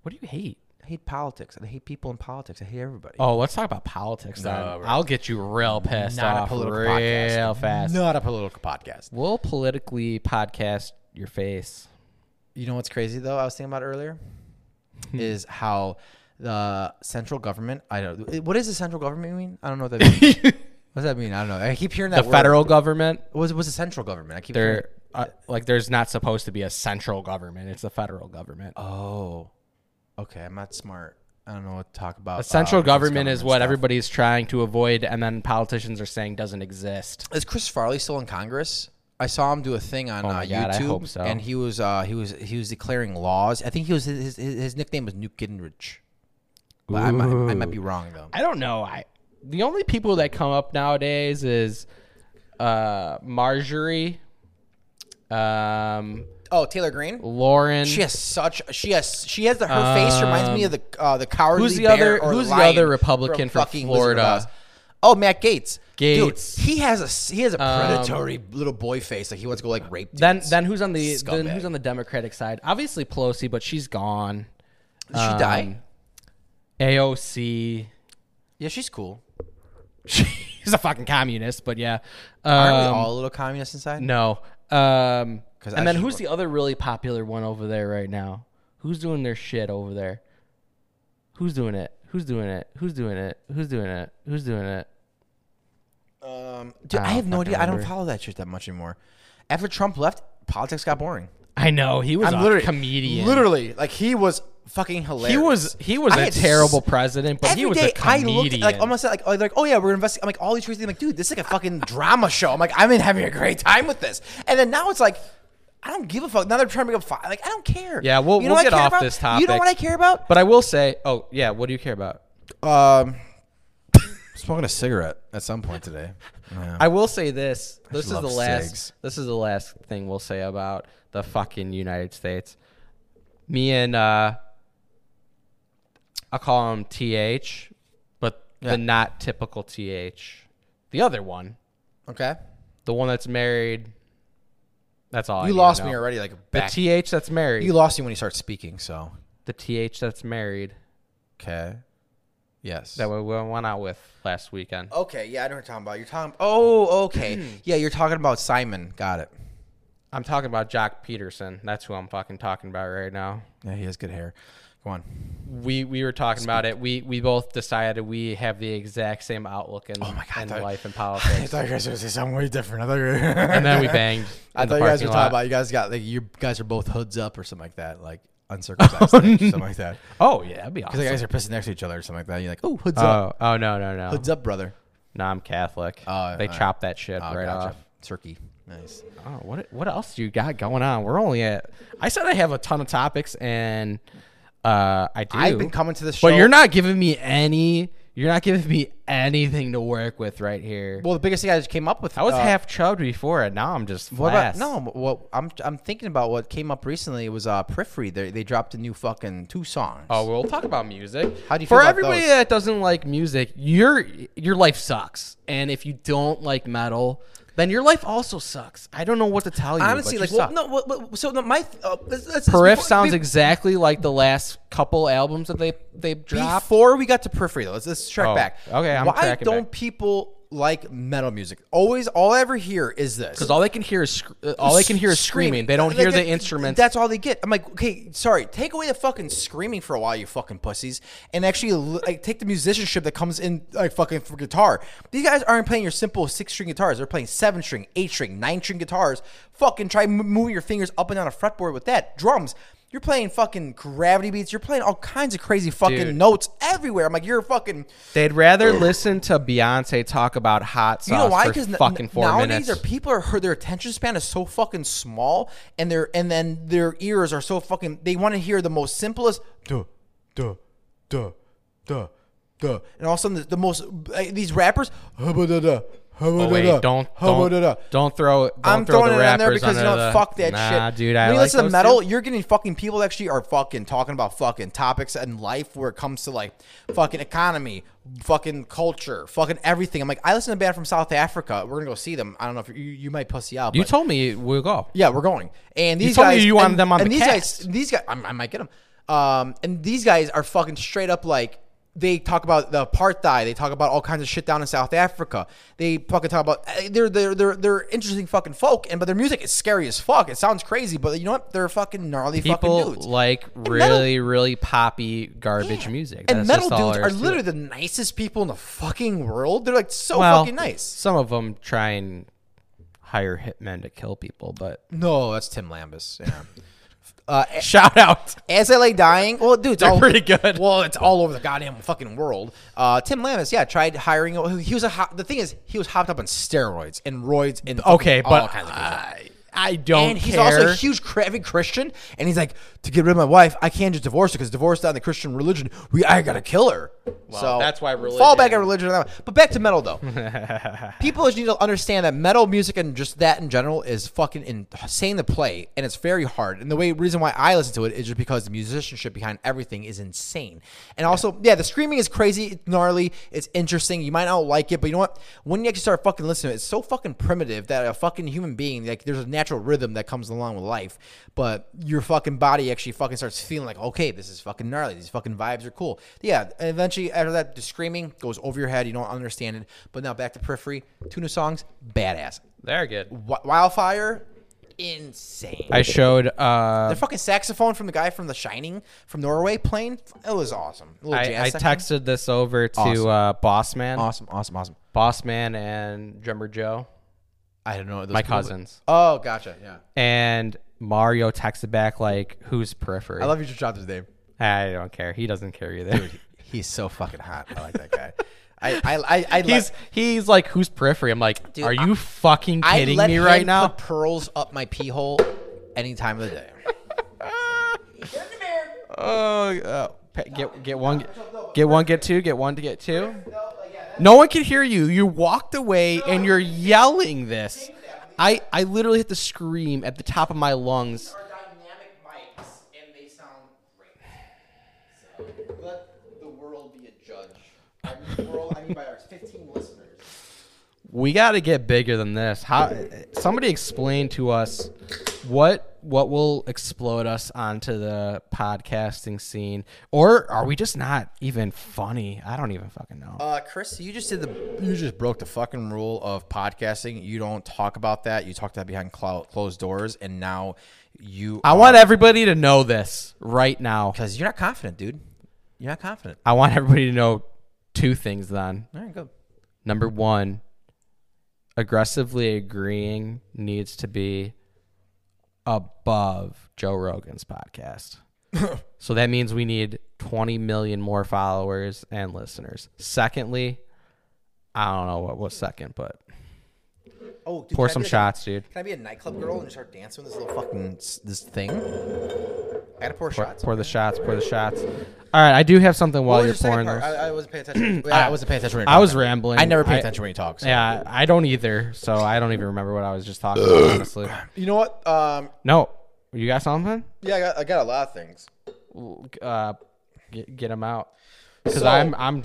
what do you hate?
I hate politics. I hate people in politics. I hate everybody.
Oh, let's talk about politics then.
No, we're-
I'll get you real pissed
Not a
off real
political podcast.
fast.
Not a political podcast.
We'll politically podcast your face.
You know what's crazy though? I was thinking about earlier is how the central government. I don't. What does the central government mean? I don't know what that means. what does that mean? I don't know. I keep hearing that
The
word.
federal government,
What's what's the central government? I keep hearing.
there, uh, like, there's not supposed to be a central government. It's the federal government.
Oh, okay. I'm not smart. I don't know what to talk about.
A central
uh,
government is what
stuff.
everybody's trying to avoid, and then politicians are saying doesn't exist.
Is Chris Farley still in Congress? I saw him do a thing on uh,
Oh my God, I
YouTube,
hope so.
and he was uh, he was he was declaring laws. I think he was his his, his nickname was Newt Gingrich. But I might, I might be wrong though.
I don't know. I the only people that come up nowadays is uh, Marjorie, um,
Oh, Taylor Green.
Lauren.
She has such she has she has the, her face reminds me of the uh, the cowardly
Um, who's the
bear
other-
or
who's the
lion
other Republican
from
from
fucking Wizard of
Florida?
Oz. Oh, Matt Gates.
Gates.
Dude, he has a he has a predatory little boy face. Like he wants to go like rape. Dudes.
Um, Then then who's on the then
Scumbag.
who's on the Democratic side? Obviously Pelosi, but she's gone.
Did she
um,
die?
AOC.
Yeah, she's cool.
She's a fucking communist, but yeah.
Aren't we
Um,
all a little communist inside?
No. Um,
'Cause I
and then
should
who's
work.
the other really popular one over there right now? Who's doing their shit over there? Who's doing it? Who's doing it? Who's doing it? Who's doing it? Who's doing it?
Um, dude,
I
I,
don't
have no
fucking
idea. I don't
remember.
follow that shit that much anymore. After Trump left, politics got boring.
I know he was
I'm
a
literally
comedian.
Literally, like he was fucking hilarious.
he was he was
I
a
had
terrible
s-
president, but
Every
he was
day
a comedian.
I looked at, like almost like oh, like oh yeah we're investing. I'm like all these crazy. I'm like dude, this is like a fucking drama show. I'm like I'm in having a great time with this. And then now it's like I don't give a fuck. Now they're trying to make a fight. Like I don't care.
Yeah, we'll-
know
we'll
what I
get
care
off
about?
this
You know
topic.
what I care about?
but I will say, oh yeah, what do you care about?
Um, smoking a cigarette at some point today.
I will say this. This is
love
the last.
cigs.
This is the last thing we'll say about the fucking United States. Me and uh, I'll call him TH, but
Yeah.
the not typical TH. The other one,
Okay,
the one that's married. That's all. I
you
need
lost
to
me
know.
already. Like
The
back.
TH Oh, that's married.
you lost me when you start speaking. So
the TH that's married
okay, yes.
that we we went out with last weekend.
okay, yeah, I know what you're talking about. You're talking. Oh, okay, yeah, you're talking about Simon. Got it.
I'm talking about Jock Peterson. That's who I'm fucking talking about right now.
Yeah, he has good hair. Go on.
we we were talking about it. We we both decided we have the exact same outlook in,
Oh my God, I
in
thought-
life and
I
politics.
thought you guys were gonna say something way different. I thought you were.
and then we banged.
I
in the
thought you guys
parking
were
lot.
talking about you guys got like you guys are both hoods up or something like that, like uncircumcised, thing, something like that.
Oh yeah, that'd be
Because
awesome.
like, guys are pissing next to each other or something like that. And you're like, oh, hoods up,
Oh oh no no no.
hoods up, brother.
No, I'm Catholic.
Oh,
they
all right.
chop that shit right off.
Turkey, nice.
Oh, what what else you got going on? We're only at. I said I have a ton of topics, and uh, I do.
I've been coming to the show,
but you're not giving me any. You're not giving me anything to work with right here.
Well, the biggest thing I just came up with.
I was
uh,
half chubbed before, and now I'm just
What
flat.
about, no, what I'm I'm thinking about what came up recently was uh Periphery. They they dropped a new fucking two songs.
Oh, we'll talk about music.
How do you
For
feel about
everybody
those?
that doesn't like music, your your life sucks. And if you don't like metal, then your life also sucks. I don't know what to tell you.
honestly,
but
like
you
well,
suck.
no, well, well, so no, my th- uh, let's- let's-
Perif
before-
sounds
be-
exactly like the last couple albums that they they dropped.
Before we got to periphery, though, let's, let's track
Oh,
back.
okay, I'm
Why
tracking
don't
back.
people like metal music? Always, all I ever hear is this.
Because all they can hear is sc- uh, all they can hear is screaming. They don't
Like,
hear the
that-
instruments.
That's all they get. I'm like, okay, sorry. Take away the fucking screaming for a while, you fucking pussies, and actually like take the musicianship that comes in like fucking for guitar. These guys aren't playing your simple six string guitars. They're playing seven string, eight string, nine string guitars. Fucking try m- moving your fingers up and down a fretboard with that. Drums. You're playing fucking gravity beats. You're playing all kinds of crazy fucking
Dude.
notes everywhere. I'm like, you're fucking.
They'd rather listen to Beyonce talk about hot sauce
You know why?
for
Because
fucking four
nowadays
minutes.
their people are her- their attention span is so fucking small, and their and then their ears are so fucking. They want to hear the most simplest duh, duh, duh, duh, duh, and all of a sudden the, the most like, these rappers. hubba-da-da,
Oh, wait,
hubba-da-da,
don't
hubba-da-da.
don't, don't throw it. Don't
I'm
throw
throwing
the
it in there
rappers
because you
under
know
the-
fuck that
nah,
shit,
dude. I
when you
like
listen to
those
metal,
two.
you're getting fucking people that actually are fucking talking about fucking topics and life where it comes to like fucking economy, fucking culture, fucking everything. I'm like, I listen to a band from South Africa. We're gonna go see them. I don't know if you, you might pussy out.
You
but-
told me we'll go.
yeah, we're going. And these
told me
guys,
you wanted
and,
them on
and
the
these
cast.
guys, these guys, I, I might get them. Um, and these guys are fucking straight up like they talk about the apartheid. They talk about all kinds of shit down in South Africa. They fucking talk about eh, they're they're they're they're interesting fucking folk. And but their music is scary as fuck. It sounds crazy, but you know what? They're fucking gnarly
People
fucking dudes.
like
metal-
really, really poppy garbage music.
and
That's
metal
just all
dudes
there
are
is to it.
literally the nicest people in the fucking world. They're like so
well,
fucking nice.
Some of them try and hire hitmen to kill people, but
No, that's Tim Lambus. Yeah. uh, eh,
shout out.
As I lay dying, well, dude, it's
They're
all,
pretty good.
Well, it's all over the goddamn fucking world. Uh, Tim Lammas, yeah, tried hiring. He was a ho- the thing is he was hopped up on steroids and roids and fucking
Okay,
all
but
kinds of crazy.
I, I don't
and he's
care.
also a huge craven Christian, and he's like, to get rid of my wife, I can't just divorce her because divorce down the Christian religion, we I gotta kill her. so
that's why
fall back
religion-
on religion. on that one. But back to metal though, people just need to understand that metal music and just that in general is fucking insane to play, and it's very hard. And the way reason why I listen to it is just because the musicianship behind everything is insane. And also, yeah, the screaming is crazy, it's gnarly, it's interesting. You might not like it, but you know what? When you actually start fucking listening, to it, it's so fucking primitive that a fucking human being like there's a natural rhythm that comes along with life, but your fucking body actually fucking starts feeling like okay, this is fucking gnarly. These fucking vibes are cool. Yeah, and eventually after that, the screaming goes over your head. You don't understand it. But now back to periphery. Two new songs, badass.
They're good.
Wi- Wildfire, insane.
I showed. Uh,
the fucking saxophone from the guy from The Shining from Norway playing, it was awesome. A little
I,
jazz
I
section.
texted this over to
Awesome.
uh, Boss Man,
Awesome, awesome, awesome.
Boss Man, and Drummer Joe,
I don't know. those
my
people-
cousins,
Oh, gotcha. Yeah.
and Mario texted back like, "Who's periphery?"
I love you just dropped his name.
I don't care. He doesn't care either.
He's so fucking hot. I like that guy. I I I, I
He's
let,
he's like, "Who's periphery?" I'm like, "Are you fucking
I
kidding
let
me
him
right now?"
Put pearls up my pee hole any time of the day.
Oh, uh, pa- get get one, get one, get two, get one to get two. No one can hear you. You walked away and you're yelling this. I I literally hit the scream at the top of my lungs.
Dynamic mics and they sound great. So let the world be a judge. the world, I mean by our 15 listeners.
We got to get bigger than this. How? Somebody explain to us what what will explode us onto the podcasting scene, or are we just not even funny? I don't even fucking know.
Uh, Chris, you just did the you just broke the fucking rule of podcasting. You don't talk about that. You talk that behind clou- closed doors, and now you.
I want everybody to know this right now.
because you're not confident, dude. You're not confident.
I want everybody to know two things then.
All right, go.
Number one, aggressively agreeing needs to be above Joe Rogan's podcast. so that means we need 20 million more followers and listeners. Secondly, I don't know what was second, but
Oh, dude,
pour
can I
some
be like-
shots, dude.
Can I be a nightclub girl and just start dancing with this little fucking s- this thing? I gotta pour, shots.
Pour the shots, pour the shots. All right, I do have something while
What
you're
was your
pouring
second
those.
part? I, I wasn't paying attention. Yeah, I wasn't paying attention. When you
I was
talked.
rambling.
I never pay
I-
attention when you talk. So.
Yeah, I don't either, so I don't even remember what I was just talking about, honestly.
You know what? Um,
No, you got something?
yeah, I got, I got a lot of things.
uh, get, get him out. Because
So-
I'm, I'm,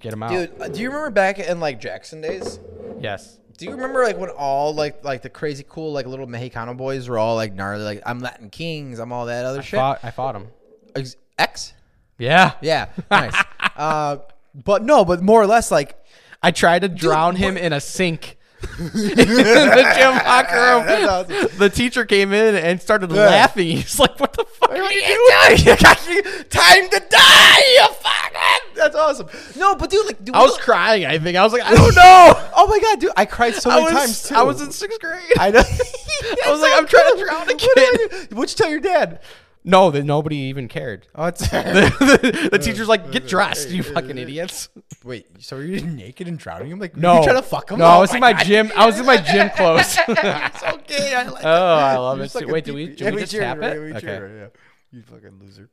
get him out.
Dude, uh, do you remember back in like Jackson days?
Yes.
Do you remember like when all like like the crazy cool like little Mexicano boys were all like gnarly like I'm Latin Kings, I'm all that other shit.
Fought, I fought him.
Ex- X?
Yeah.
Yeah, nice. uh, but no, but more or less like
I tried to drown him in a sink. in the gym
That's
locker room,
awesome.
the teacher came in and started laughing. He's like, "What the fuck are you doing?"
time to die, you fucking. That's awesome. No, but dude, like, dude,
I was crying. I think I was like, "I don't know."
oh my god, dude, I cried so
I was,
many times too.
I was in sixth grade.
I know.
I was like, "I'm trying to drown a
What did I
kid."
do? What'd you tell your dad?
No, that nobody even cared.
Oh, it's
the, the- the teacher's like, get dressed, you fucking idiots.
wait. So are you naked and drowning him? Like,
No,
you trying to fuck him?
No, I
Oh
was in my
God.
gym. I was in my gym clothes.
it's okay. I like
Oh, I love
You
it.
suck
too.
a
Wait, do we,
pee-pee.
do
Yeah,
we just
cheered,
tap
right?
it?
We
okay.
cheered, right? Yeah. You fucking loser.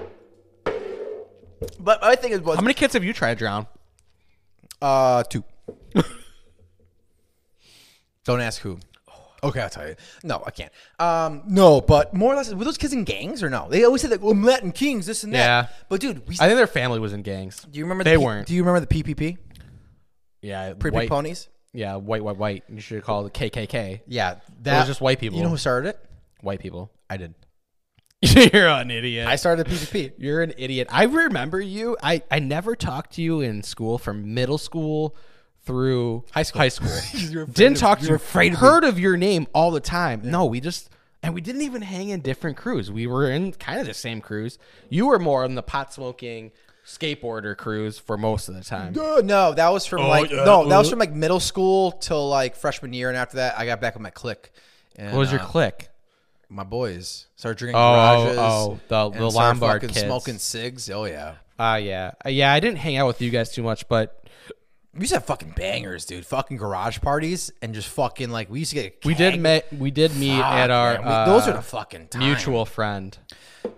but my thing is, was,
How many kids have you tried to drown?
uh, two. Don't ask who. Okay, I'll tell you. No, I can't. Um, no, but more or less, were those kids in gangs or no? They always said that well, Latin kings, this and that.
Yeah.
But dude, we,
I think their family was in gangs.
do you remember?
they
the P-
weren't.
Do you remember the PPP?
Yeah,
Pre
white,
ponies.
yeah, white, white, white. You should call it KKK.
Yeah, that
was just white people.
You know who started it?
White people.
I did.
You're an idiot.
I started the PPP.
You're an idiot. I remember you. I, I never talked to you in school from middle school through high school. High school. didn't talk to you. Afraid heard of your name all the time. No, we just and we didn't even hang in different crews. We were in kind of the same crews. You were more on the pot smoking skateboarder cruise for most of the time.
Uh, no, that was from like
yeah,
no, that was
uh.
from like middle school till like freshman year, and after that, I got back with my clique. And,
What was your
uh,
clique?
my boys started drinking
Oh,
garages.
oh, the-
and
the
started
Lombard
fucking
kids.
smoking cigs. Oh yeah,
Ah, yeah, Uh, yeah. I didn't hang out with you guys too much, but
we used to have fucking bangers, dude. Fucking garage parties and just fucking like we used to get.
we did met. We did meet
Fuck,
at our
man. We- those
uh,
are the fucking time.
mutual friend.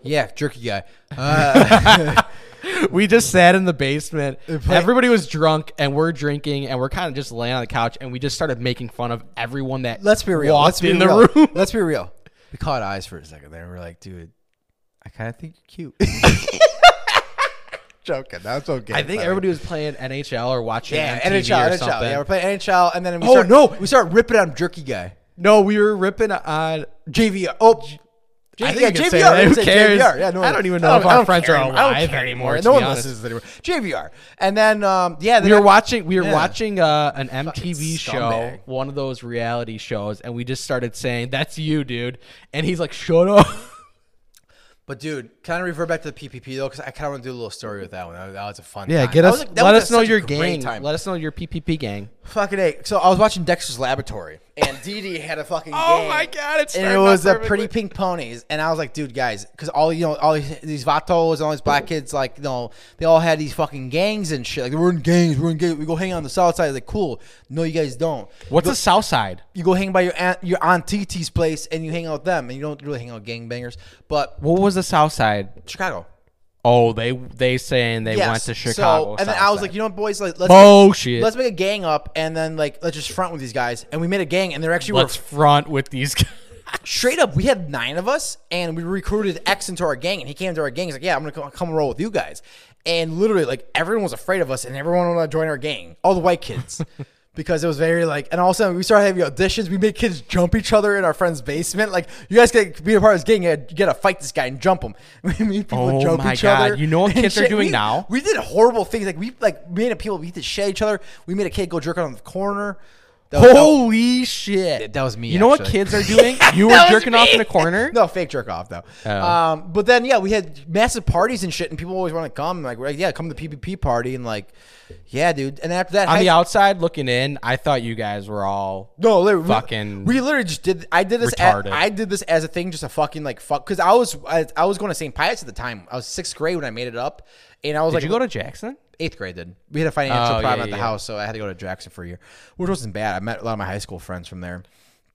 Yeah, jerky guy. Uh,
we just sat in the basement. Everybody was drunk, and we're drinking, and we're kind of just laying on the couch, and we just started making fun of everyone that
let's be real.
walked
Let's be
in
real.
the room.
Let's be real. We caught eyes for a second there. and We're like, dude, I kind of think you're cute. Joking. That's okay.
I think
Sorry.
everybody was playing NHL or watching
Yeah,
MTV
NHL,
or
NHL.
something.
Yeah, we're playing NHL, and then we
Oh,
start,
no.
we start ripping on Jerky Guy.
No, we were ripping uh, on
JVR. Oh,
I think
yeah,
I can say that.
I
Who
said
cares?
JVR. Yeah, no
I
one-
don't even know if
I
our
don't
friends
care
are
anymore. I don't
alive
care
anymore, to
No
be
one
honest.
listens anymore. JVR. And then, um, yeah,
we
then
were
I-
watching we were
Yeah.
watching uh, an MTV show,
scumbag.
one of those reality shows, and we just started saying, "That's you, dude," and he's like, "Shut up."
But dude, kind of revert back to the PPP though, because I kind of want to do a little story with that one. That, that was a fun. time. That was a- that
let
was
us
a-
know
such a
your
great
gang.
Time.
Let us know your PPP gang.
Fucking a. So I was watching Dexter's Laboratory, and Dee Dee had a fucking.
Oh
game,
my God, it's
And it
starting off
was the
perfectly.
pretty pink ponies, and I was like, dude, guys, because all you know, all these, these vatos and all these black kids, like, you know, they all had these fucking gangs and shit. Like, we're in gangs, we're in gangs. We go hang out on the south side. Like, cool. No, you guys don't.
What's the South Side?
You go hang by your aunt, your aunt Titi's place, and you hang out with them, and you don't really hang out with gangbangers. But
What was the South Side?
Chicago.
Oh, they they saying they
Yes.
went to Chicago.
So, and then I was like, you know what, boys, like, let's
oh shit,
let's
let's,
make a gang up, and then like let's just front with these guys. And we made a gang, and they're actually were
front with these guys.
straight up, we had nine of us, and we recruited X into our gang, and he came to our gang. He's like, "Yeah, I'm gonna come, come roll with you guys." And literally, like everyone was afraid of us, and everyone wanted to join our gang, all the white kids, because it was very like. And all of a sudden, we started having auditions. We made kids jump each other in our friend's basement. Like, you guys get be a part of this gang. You gotta fight this guy and jump him. We made people
Oh
jump
my
each
God.
other.
You know what
and
kids are
shit.
doing
We-
now?
We did horrible things. Like we like me and people we used to shit at each other. We made a kid go jerk out on the corner. That was- that was-
Holy shit,
that was me,
Oh You know what
actually.
kids are doing? You were
That was
jerking off
me.
in a corner.
No, fake jerk off though.
Oh.
Um, but then yeah, we had massive parties and shit, and people always want to come. Like, we're like, yeah, come to the PPP party, and like, yeah, dude. And after that,
On
high-
the outside looking in, I thought you guys were all
no, literally, we-
Fucking
We, literally just did. I did this. At,
retarded.
I did this as a thing, just a fucking like fuck. Because I was I, I was going to St. Pius at the time. I was sixth grade when I made it up, and I was
Did
like,
you go to Jackson?
eighth grade did. We had a financial
Oh,
problem
yeah,
at
yeah.
the house, so I had to go to Jackson for a year, which wasn't bad. I met a lot of my high school friends from there.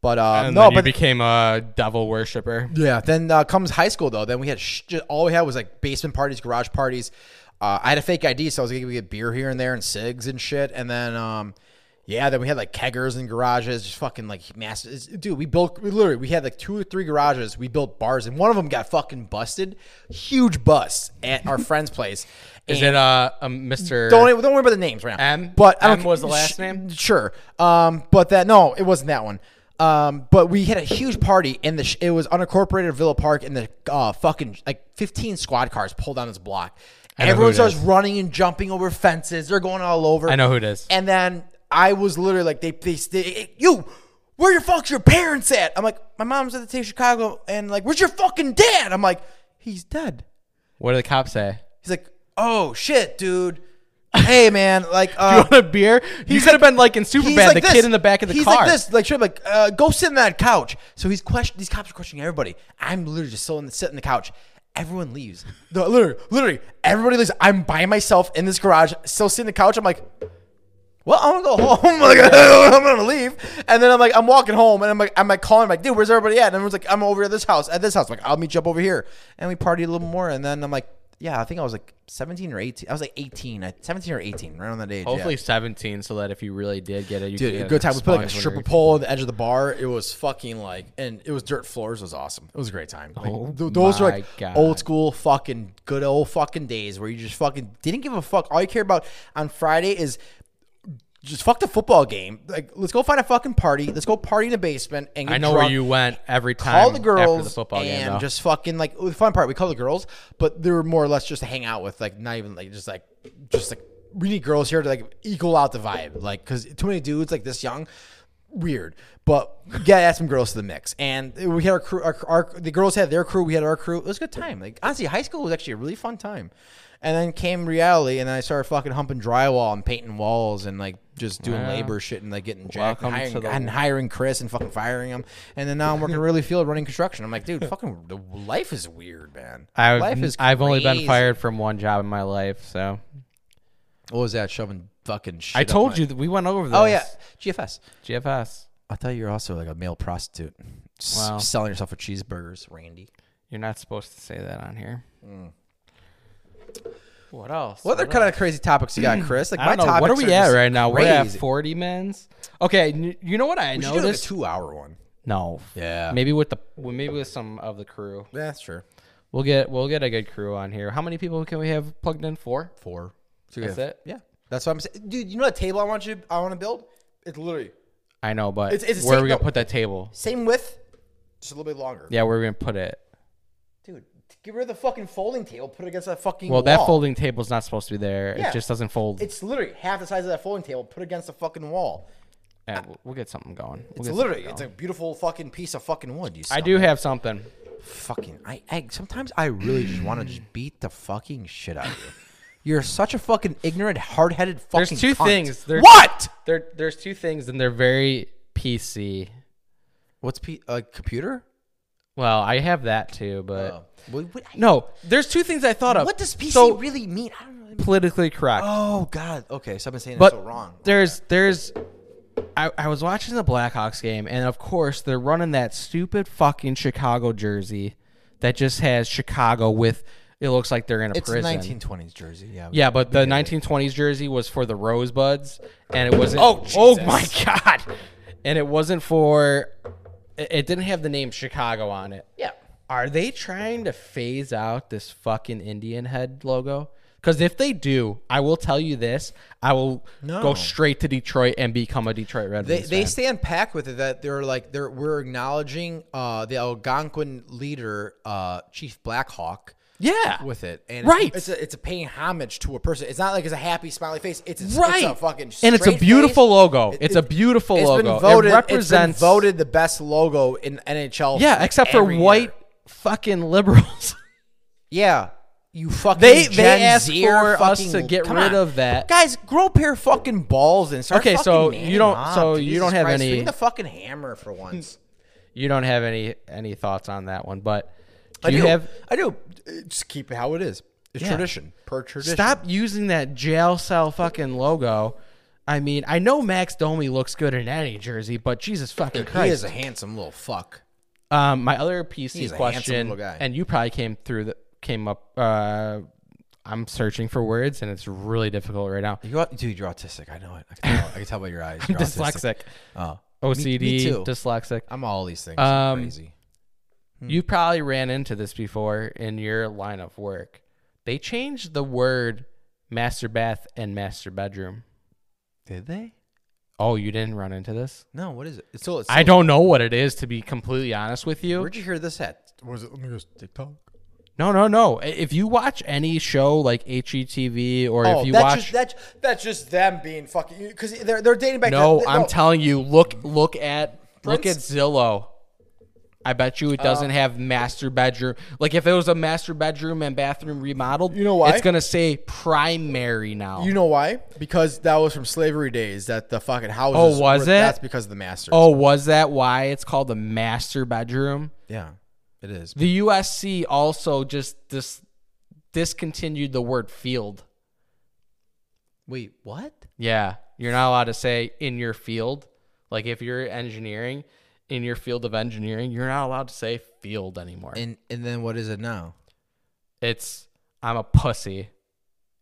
But um, no, but
became a devil worshiper.
Yeah. Then uh, comes high school though. Then we had sh- just, all we had was like basement parties, garage parties. Uh, I had a fake ID, so I was gonna get beer here and there and cigs and shit. And then, um, yeah, then we had like keggers and garages, just fucking like massive. it's- Dude, we built we literally we had like two or three garages. We built bars, and one of them got fucking busted, huge bust at our friend's place.
Is
And-
it uh, a Mr.
don't don't remember the names right now.
M?
but I don't,
M was the last
sh-
name?
Sure. Um, but that no, it wasn't that one. Um, but we had a huge party in the sh- it was unincorporated Villa Park, and the uh, fucking like fifteen squad cars pulled down this block.
know who
Everyone
it
starts
is.
running and jumping over fences. They're going all over.
I know who it is.
And then I was literally like, they, they, they you, where your fuck's your parents at? I'm like, my mom's at the state of Chicago, and like, where's your fucking dad? I'm like, he's dead.
What do the cops say?
He's like, "Oh shit, dude." hey man, like
you
uh,
want a beer? He could have been like in Superbad, the
this.
kid in the back of the
he's
car.
like this, like sure, like uh, go sit in that couch. So he's question. These cops are questioning everybody. I'm literally just sitting sitting on the couch. Everyone leaves. No, literally, literally, everybody leaves. I'm by myself in this garage, still sitting on the couch. I'm like, well, I'm gonna go home. Like, I'm gonna leave, and then I'm like, I'm walking home, and I'm like, I'm like calling, like, dude, where's everybody at? And everyone's like, I'm over at this house, at this house. like, I'll meet you up over here, and we partied a little more, and then I'm like, yeah, I think I was like 17 or 18. I was like 18, I- 17 or 18, right on that age. yeah.
Hopefully 17, so that if you really did get it, you
Dude,
could
a good time. We put like a
sponge
stripper
whatever.
pole on the edge of the bar. It was fucking like, and it was dirt floors. It was awesome. It was a great time. Like,
Oh
th- those are
my
like
God.
old school fucking good old fucking days where you just fucking didn't give a fuck. All you care about on Friday is just fuck the football game. Like, let's go find a fucking party. Let's go party in the basement and get
I know
drunk
where you went every time.
call the
after
girls
the football game,
and
though.
just fucking like the fun part. We call the girls, but they were more or less just to hang out with, like not even like just like just like we need girls here to like equal out the vibe, like because too many dudes like this young. Weird, but you gotta add some girls to the mix. And we had our crew, our, our the girls had their crew, we had our crew. It was a good time. Like honestly, high school was actually a really fun time. And then came reality, and then I started fucking humping drywall and painting walls and like just doing labor shit and like getting jacked and
Welcome
hiring,
to the
and hiring Chris and fucking firing him. And then now I'm working really field running construction. I'm like, dude, fucking the life is weird, man.
I've,
life is
I've only been
crazy.
fired from one job in my life, so
What was that? Shoving fucking shit.
I
up
told
my-
you that we went over this.
Oh yeah, GFS.
GFS.
I thought you were also like a male prostitute, S-
Wow.
selling yourself for cheeseburgers, Randy.
You're not supposed to say that on here. What else?
Mm. What other kind of crazy topics you got, Chris? Like
I don't
my
know. What are
topics
we at
just
right now? We're at
crazy.
40 men's. Okay, n- you know what I
We should do like a
noticed?
two-hour one.
no.
Yeah.
Maybe with the well, maybe with some of the crew.
Yeah, that's true.
We'll get we'll get a good crew on here. How many people can we have plugged in? Four.
Four.
That's it?
Yeah, that's what I'm saying, dude. You know that table I want you, I want to build? It's literally
I know, but
It's- it's the
where are
same-
we gonna
no.
put that table?
same width, just a little bit longer.
Yeah, where are we gonna put it?
Dude, get rid of the fucking folding table. Put it against that fucking.
Well, that
wall.
folding table's not supposed to be there.
Yeah.
It just doesn't fold.
It's literally half the size of that folding table. Put it against the fucking wall.
Yeah, we'll- we'll get something going. We'll
It's
get
literally.
something
It's a beautiful fucking piece of fucking wood. You.
going. I
son
do have something.
Fucking. I. I sometimes I really just want to just beat the fucking shit out of you. You're such a fucking ignorant, hard-headed fucking.
There's two
cunt.
things. There's,
What?
There, there's two things, and they're very PC.
What's P? A computer?
Well, I have that too, but
Oh. What, what,
no. There's two things I thought of.
what does PC
So
really mean? I don't know.
politically correct,
Oh God. Okay, so I've been saying
but
that so wrong.
there's there's. I, I was watching the Blackhawks game, and of course they're running that stupid fucking Chicago jersey that just has Chicago with. It looks like they're in a
It's
prison.
1920s jersey. Yeah.
Yeah, but the 1920s jersey was for the Rosebuds, and it wasn't.
Oh,
oh
Jesus.
my God! And it wasn't for. It it didn't have the name Chicago on it.
Yeah.
Are they trying to phase out this fucking Indian head logo? Because if they do, I will tell you this: I will
No.
go straight to Detroit and become a Detroit Red
They,
Wings
they
fan.
stand packed with it that they're like they're we're acknowledging uh, the Algonquin leader uh, Chief Blackhawk
yeah,
with it and
Right.
it's, it's a, it's a paying homage to a person it's not like it's a happy smiley face it's a,
right.
it's a fucking
and it's a
straight
beautiful
face.
logo.
It-
It's
it-
a beautiful
it's
logo.
been voted,
it represents
it's been voted the best logo in NHL
Yeah, except for
every year.
white fucking liberals.
yeah you fucking
They
Gen
they asked
Zer
for us
fucking-
to get
come
rid
on.
of that.
Guys, grow a pair of fucking balls and start.
Okay,
fucking
so
manning
you don't-
up.
so you
Jesus
don't have
Christ,
any-
Swing the fucking hammer for once.
You don't have any any thoughts on that one, but do
I
you
do.
have
I do. Just keep it how it is. It's
Yeah.
tradition per tradition.
stop using that jail cell fucking logo. I mean, I know Max Domi looks good in any jersey, but Jesus fucking
He
Christ.
is a handsome little fuck.
Um, my other
He's
PC
a handsome
question,
little guy.
and you probably came through the came up. Uh, I'm searching for words, and it's really difficult right now.
You, dude, you're autistic. I know it. I can tell, I can tell by your eyes. You're
Dyslexic,
autistic. Oh,
OCD,
me too.
dyslexic.
I'm all these things.
Um,
crazy.
You probably ran into this before in your line of work. They changed the word master bath and master bedroom.
Did they?
Oh, you didn't run into this?
No. What is it? It's still. It's
I don't know what it is to be completely honest with you.
Where'd you hear this at? Was it? Let me go to TikTok.
No, no, no. I- If you watch any show like HGTV or
Oh,
if you
that's
watch
just that's that's just them being fucking because they're they're dating back.
No,
to,
I'm telling you, look look at look at
Prince?
Zillow. I bet you it doesn't have master bedroom. Like if it was a master bedroom and bathroom remodeled,
You know why?
It's gonna say primary now.
You know why? Because that was from slavery days that the fucking houses.
Oh, was
were-
it?
That's because of the masters.
oh, was that why it's called the master bedroom?
yeah, it is.
The USC also just dis- discontinued the word field.
Wait, what?
Yeah, you're not allowed to say in your field. Like if you're engineering, in your field of engineering, you're not allowed to say field anymore.
And and then what is it now?
it's I'm a pussy.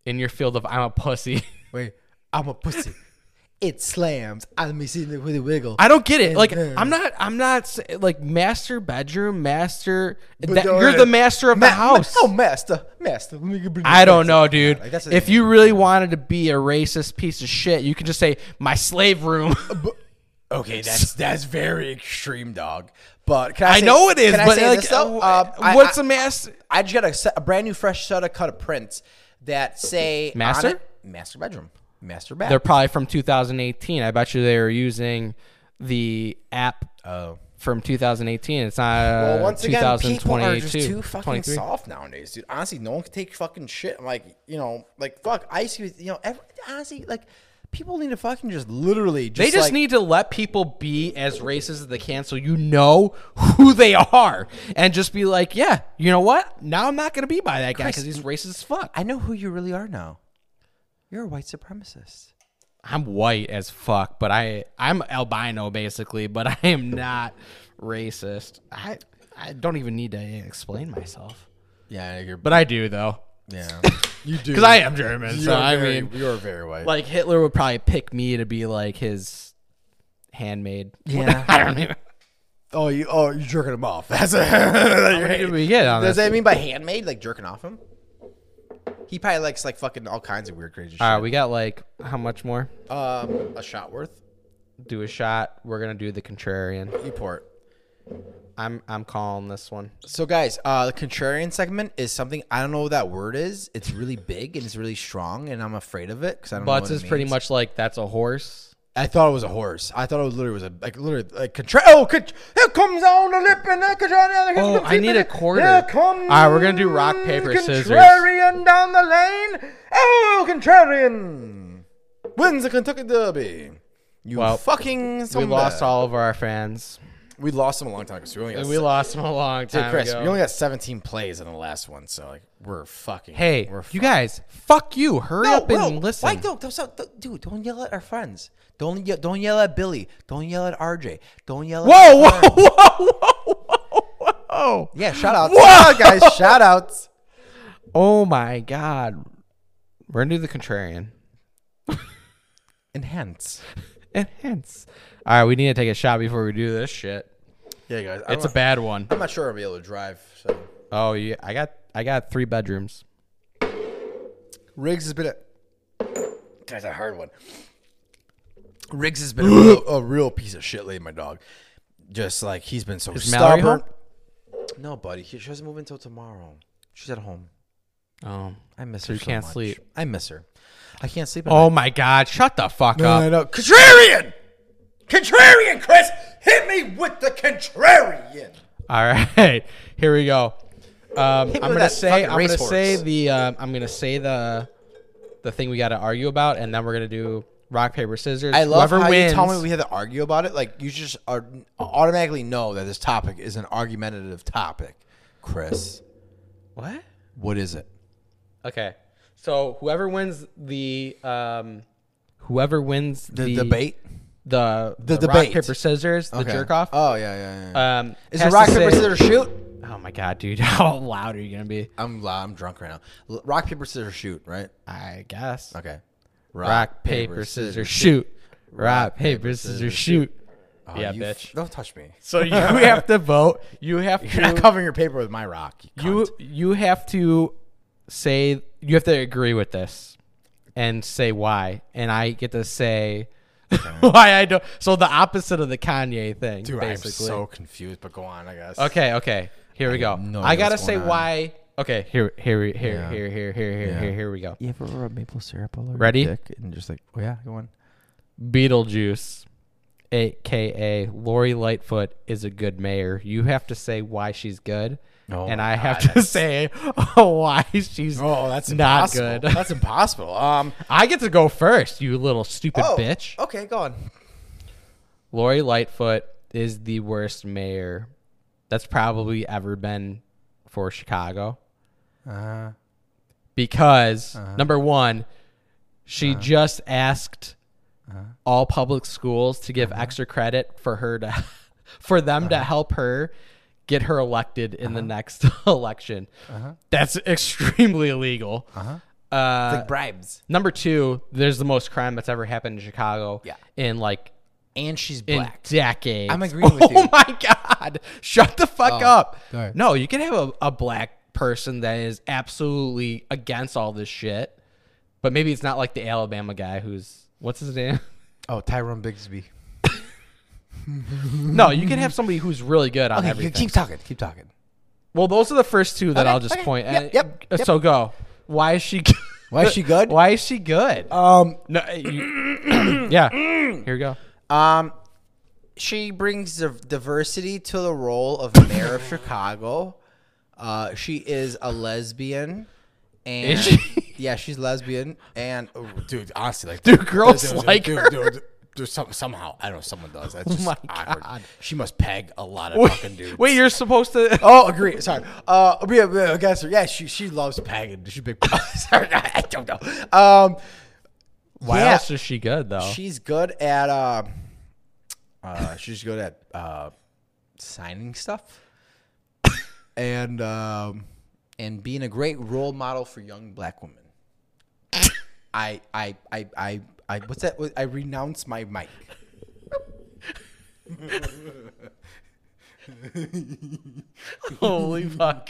In your field of I'm a pussy.
Wait, I'm a pussy. it slams. I'm missing the wiggle wiggle.
I don't get it. Like
then-
I'm not. I'm not s- like master bedroom master. That,
no,
you're
no,
the
no.
master of
Ma-
the house.
Oh, master, master. Let me bring
I don't know, dude.
Like, that's the
if you really wanted to be a racist piece of shit, you can just say my slave room.
Okay, that's that's very extreme, dog. But can I,
I
say-
know it is,
can I
but
say
like,
this, though?
uh,
Um, I-
what's
I-
a master?
I just got a, set, a brand new fresh set of cut of prints that say on
Master?
it- master bedroom, master bath.
They're probably from 2018. I bet you they were using the app
oh,
from 2018. It's not uh,
well, once again, people are
2022.
just too fucking
23.
soft nowadays, dude. Honestly, no one can take fucking shit. I'm like, you know, like fuck. I see, you know, every, honestly, like people need to fucking just literally
They
just
just
like,
need to let people be as racist as they can so you know who they are and just be like, yeah, you know what? Now I'm not going to be by that guy because he's racist as fuck.
I know who you really are now. You're a white supremacist.
I'm white as fuck, but I I'm albino basically, but I am not racist. I I don't even need to explain myself.
Yeah, you're.
But I do though.
yeah, you do
Cuz I am German, so
You're
I
very-
mean
you're very white.
like Hitler would probably pick me to be like his handmaid.
Yeah.
I don't even
oh, you oh, you're jerking him off. That's a,
What did we get on
Does
this?
that mean by handmade, like jerking off him? He probably likes like fucking all kinds of weird crazy shit.
All right, we got like how much more?
um, a shot worth.
do a shot. We're gonna do the contrarian.
You pour it.
I'm I'm calling this one.
So guys, uh, the contrarian segment is something I don't know what that word is. It's really big and it's really strong, and I'm afraid of it because I don't know.
Butts
what it
is pretty
means.
much like that's a horse.
I thought it was a horse. I thought it was literally was a like literally like contra- Oh, cont- here comes on the lip and the contrarian. here
Oh,
comes
I need
the-
a quarter.
Here comes
All right, we're gonna do rock, paper, scissors.
Contrarian down the lane. Oh, contrarian wins the Kentucky Derby. You
Well,
fucking.
We lost all of our fans.
We lost him a long time ago. So we only got
We lost them a long time
Dude, Chris,
ago.
we only got 17 plays in the last one, so like we're fucking.
hey,
we're
you guys, fuck you! Hurry
No,
up and
no,
listen.
Why don't, don't, don't, don't- dude? Don't yell at our friends. Don't yell, don't yell at Billy. Don't yell at RJ. Don't yell. at
Whoa, whoa,
our friends.
whoa, whoa, whoa, whoa!
Yeah, shout outs.
Whoa.
Shout out, guys. Shout outs.
Oh my god, we're gonna do the contrarian.
Enhance.
And hence, all right, we need to take a shot before we do this shit.
Yeah, guys. I'm
It's a
not,
bad one.
I'm not sure I'll be able to drive. So
Oh yeah, I got I got three bedrooms.
Riggs has been a. Guys, a hard one. Riggs has been a, real, a real piece of shit lately, my dog. Just like he's been so
Mallory
stubborn. No, buddy. She she doesn't move until tomorrow. She's at home.
Oh,
I miss
So
her.
you
so
can't
much.
sleep.
I miss her. I can't sleep. At
Oh my God! Shut the fuck up.
night. no, no. uh, Contrarian. Contrarian, Chris. Hit me with the contrarian.
All right, here we go. Um, I'm
with
gonna
that
say
fucking
I'm gonna
racehorse.
say the um, I'm gonna say the the thing we got to argue about, and then we're gonna do rock paper scissors.
I love
Whoever
how
wins,
you tell me we had to argue about it. Like you just are, automatically know that this topic is an argumentative topic. Chris,
what?
what is it?
Okay, so whoever wins the um, whoever wins the,
The, debate.
the the, Uh,
debate.
rock paper scissors, the
Okay.
jerk off.
Oh yeah, yeah, yeah.
um,
is it
has
rock
to
paper
say-
scissors shoot?
Oh my God, dude! How loud are you gonna be?
I'm loud. I'm drunk right now. L- Rock paper scissors shoot. Right.
I guess.
Okay.
Rock, paper, scissors, shoot. Rock, paper, scissors, shoot.
Oh,
yeah,
you
bitch.
f- don't touch me.
So you have to vote. You have
You're not
to
covering your paper with my rock. You,
you you have to say you have to agree with this and say why. And I get to say why I don't. So the opposite of the Kanye thing,
dude,
basically.
I'm so confused. But go on, I guess.
okay, okay. Here we go.
no
I
idea
gotta
what's
say
going on.
why. Okay, here, here, we- here,
Yeah.
here, here, here, here,
Yeah.
here, here we go.
You ever rub maple syrup all over
Ready?
dick and just like, oh yeah, go on.
Beetlejuice aka Lori Lightfoot, is a good mayor. You have to say why she's good,
Oh
and
my
I have
God,
to say why she's
Oh, that's
not
impossible.
good.
That's impossible. Um,
I get to go first, you little stupid
oh,
bitch.
Okay, go on.
Lori Lightfoot is the worst mayor that's probably ever been for Chicago.
Uh,
because
Uh-huh.
number one, she just asked
Uh-huh.
all public schools to give extra credit for her to, for them
Uh-huh.
to help her get her elected in the next election.
Uh-huh.
That's extremely illegal. Uh-huh.
like bribes.
Number two, there's the most crime that's ever happened in Chicago
Yeah.
in like
And she's
in
black.
decades.
I'm agreeing with
Oh
you.
my god! Shut the fuck
Oh,
up.
go ahead.
No, you can have a, a black person that is absolutely against all this shit, but maybe it's not like the Alabama guy who's what's his name.
Oh, Tyrone Bigsby.
no, you can have somebody who's really good on
Okay, you
everything.
keep talking. Keep talking.
well, those are the first two that
Okay,
I'll just
okay.
point.
Yep,
at. Uh,
yep, yep.
So go. Why is she? Good?
Why is she good?
Why is she good?
Um,
no, uh, you- yeah. Here we go.
um, she brings the diversity to the role of mayor of Chicago. Uh, she is a lesbian. And
Is she?
Yeah, she's lesbian. And oh, dude, honestly, like,
Do girls like her? Oh
dude, some, somehow I don't know someone does. That's just
my
awkward.
God.
She must peg a lot of fucking dudes.
Wait, you're supposed to.
Oh, agree. Sorry. Uh, yeah, yeah, I guess. Yeah, she she loves pagan. She's a big. Sorry, I I don't know. Um,
Why
yeah,
else is she good though?
she's good at. Uh, uh, she's good at uh, signing stuff, and um, and being a great role model for young black women. I I I I I what's that? I renounce my mic.
Holy fuck.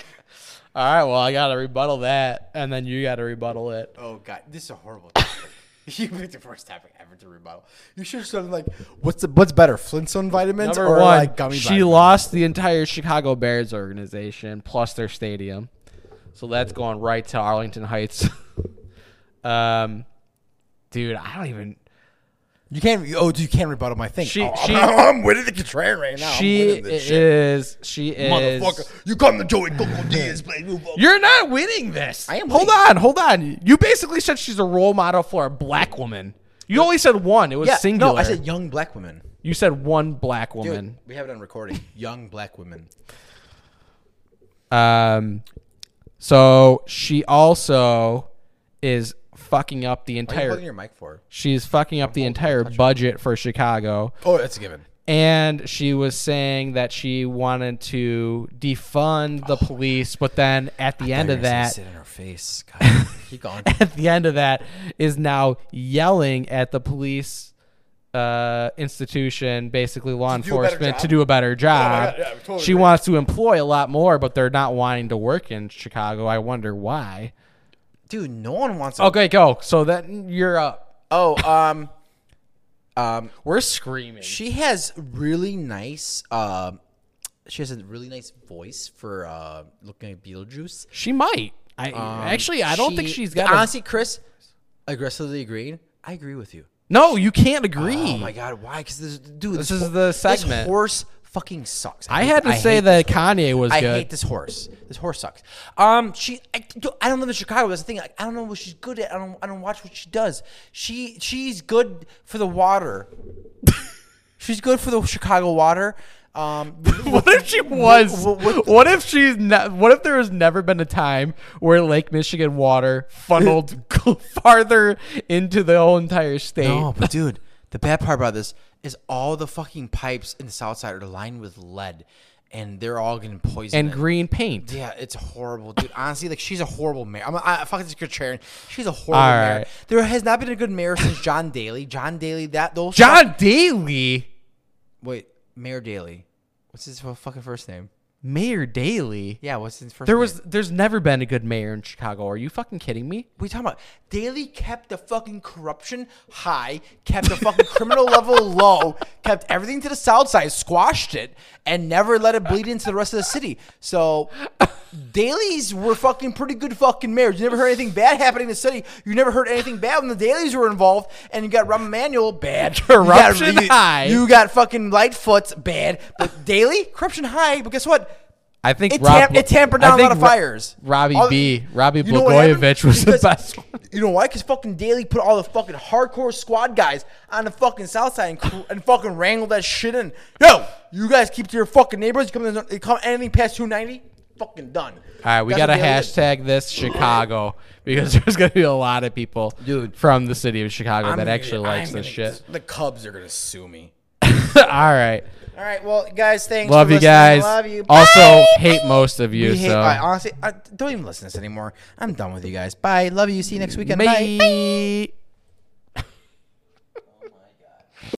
All right, well, I got to rebuttal that, and then you got to rebuttal it.
Oh god, this is a horrible topic. you picked the worst topic ever to rebuttal. You should have started like, what's the what's better, Flintstone vitamins
Number
or
one,
like gummy
she
vitamins?
lost the entire Chicago Bears organization plus their stadium. So that's going right to Arlington Heights. um, dude, I don't even.
you can't. Oh, dude, you can't rebuttal my thing.
She-
oh,
she-
I'm, I'm winning the Contreras right now. I'm
She
winning this shit.
is. She is.
Motherfucker, you come to Joey Coco Diaz play move
You're not winning this.
I am
Hold
winning.
on, hold on. You basically said she's a role model for a black woman. You only said one. It was
Yeah,
singular.
no, I said young black women.
you said one black
Dude,
woman.
we have it on recording. young black women.
Um, so she also is fucking up the
What are you holding
entire.
your mic for?
She's fucking up the entire budget for Chicago,
Oh, that's a given.
and she was saying that she wanted to defund
Oh,
the police, but then at the end of that,
sit in her face. God, keep going.
at the end of that, is now yelling at the police uh, institution, basically law
do a better
enforcement, to
job?
do a better job.
God, yeah, I totally
she
agree.
wants to employ a lot more, but they're not wanting to work in Chicago. I wonder why.
Dude, no one wants. To,
Okay, go. So that you're up.
oh, um, um,
We're screaming.
She has really nice. Um, she has a really nice voice for uh, looking at Beetlejuice.
She might. I actually I don't think
Um, She-
she's got. A,
honestly, Chris. Aggressively agreeing. I agree with you.
no, you can't agree.
Oh my god, why? Because this dude,
This
this,
is
ho-
the
this
segment.
horse fucking sucks.
I
hate-
had to say
hate
that
this horse.
Kanye was
I
good.
hate this horse. This horse sucks. Um, she, I, dude, I don't live in Chicago. That's the thing. Like, I don't know what she's good at. I don't, I don't watch what she does. She, she's good for the water. she's good for the Chicago water. Um,
what if she was?
What- what-
What if she's not? What if there has never been a time where Lake Michigan water funneled farther into the whole entire state?
No, but dude, the bad part about this is all the fucking pipes in the south side are lined with lead, and they're all getting poisoned.
And green paint.
yeah, it's horrible, dude. Honestly, like she's a horrible mayor. I'm, I fucking this Sharon. She's a horrible
All
mayor.
right.
There has not been a good mayor since John Daly. John Daly, that those
John Daly,
wait, Mayor Daly. What's his fucking first name?
Mayor Daly.
Yeah, what's his first?
There
name?
was. There's never been a good mayor in Chicago. Are you fucking kidding me?
What are you talking about? Daly kept the fucking corruption high, kept the fucking criminal level low, kept everything to the south side, squashed it, and never let it bleed into the rest of the city. So dailies were fucking pretty good fucking marriage. You never heard anything bad happening in the city. You never heard anything bad when the dailies were involved. And you got Rahm Emanuel bad.
Corruption
you got,
high.
You got fucking Lightfoot's bad. But daily corruption high. But guess what?
I think
It,
Rob-
tam- it tampered
I
down a lot
think
of
Ro-
fires.
Robbie
All-
B. Robbie
You know what happened?
Blagojevich was the
Because-
best one.
You know why? Because fucking Daly put all the fucking hardcore squad guys on the fucking south side and, cr- and fucking wrangled that shit in. Yo, you guys keep to your fucking neighborhoods. You come, in, you come anything past 290, fucking done.
All right, we
That's
got to
what Daly did.
hashtag this Chicago because there's going to be a lot of people
Dude.
from the city of Chicago
I'm
that
gonna-
actually likes
I'm
this
gonna-
shit.
The Cubs are going to sue me.
All right.
All right, well, guys, thanks.
Love
for
you
listening.
guys.
Love you.
Also,
Bye.
hate most of you.
We hate-
so.
I honestly, I don't even listen to this anymore. I'm done with you guys. Bye. Love you. See you next weekend. Bye.
Bye.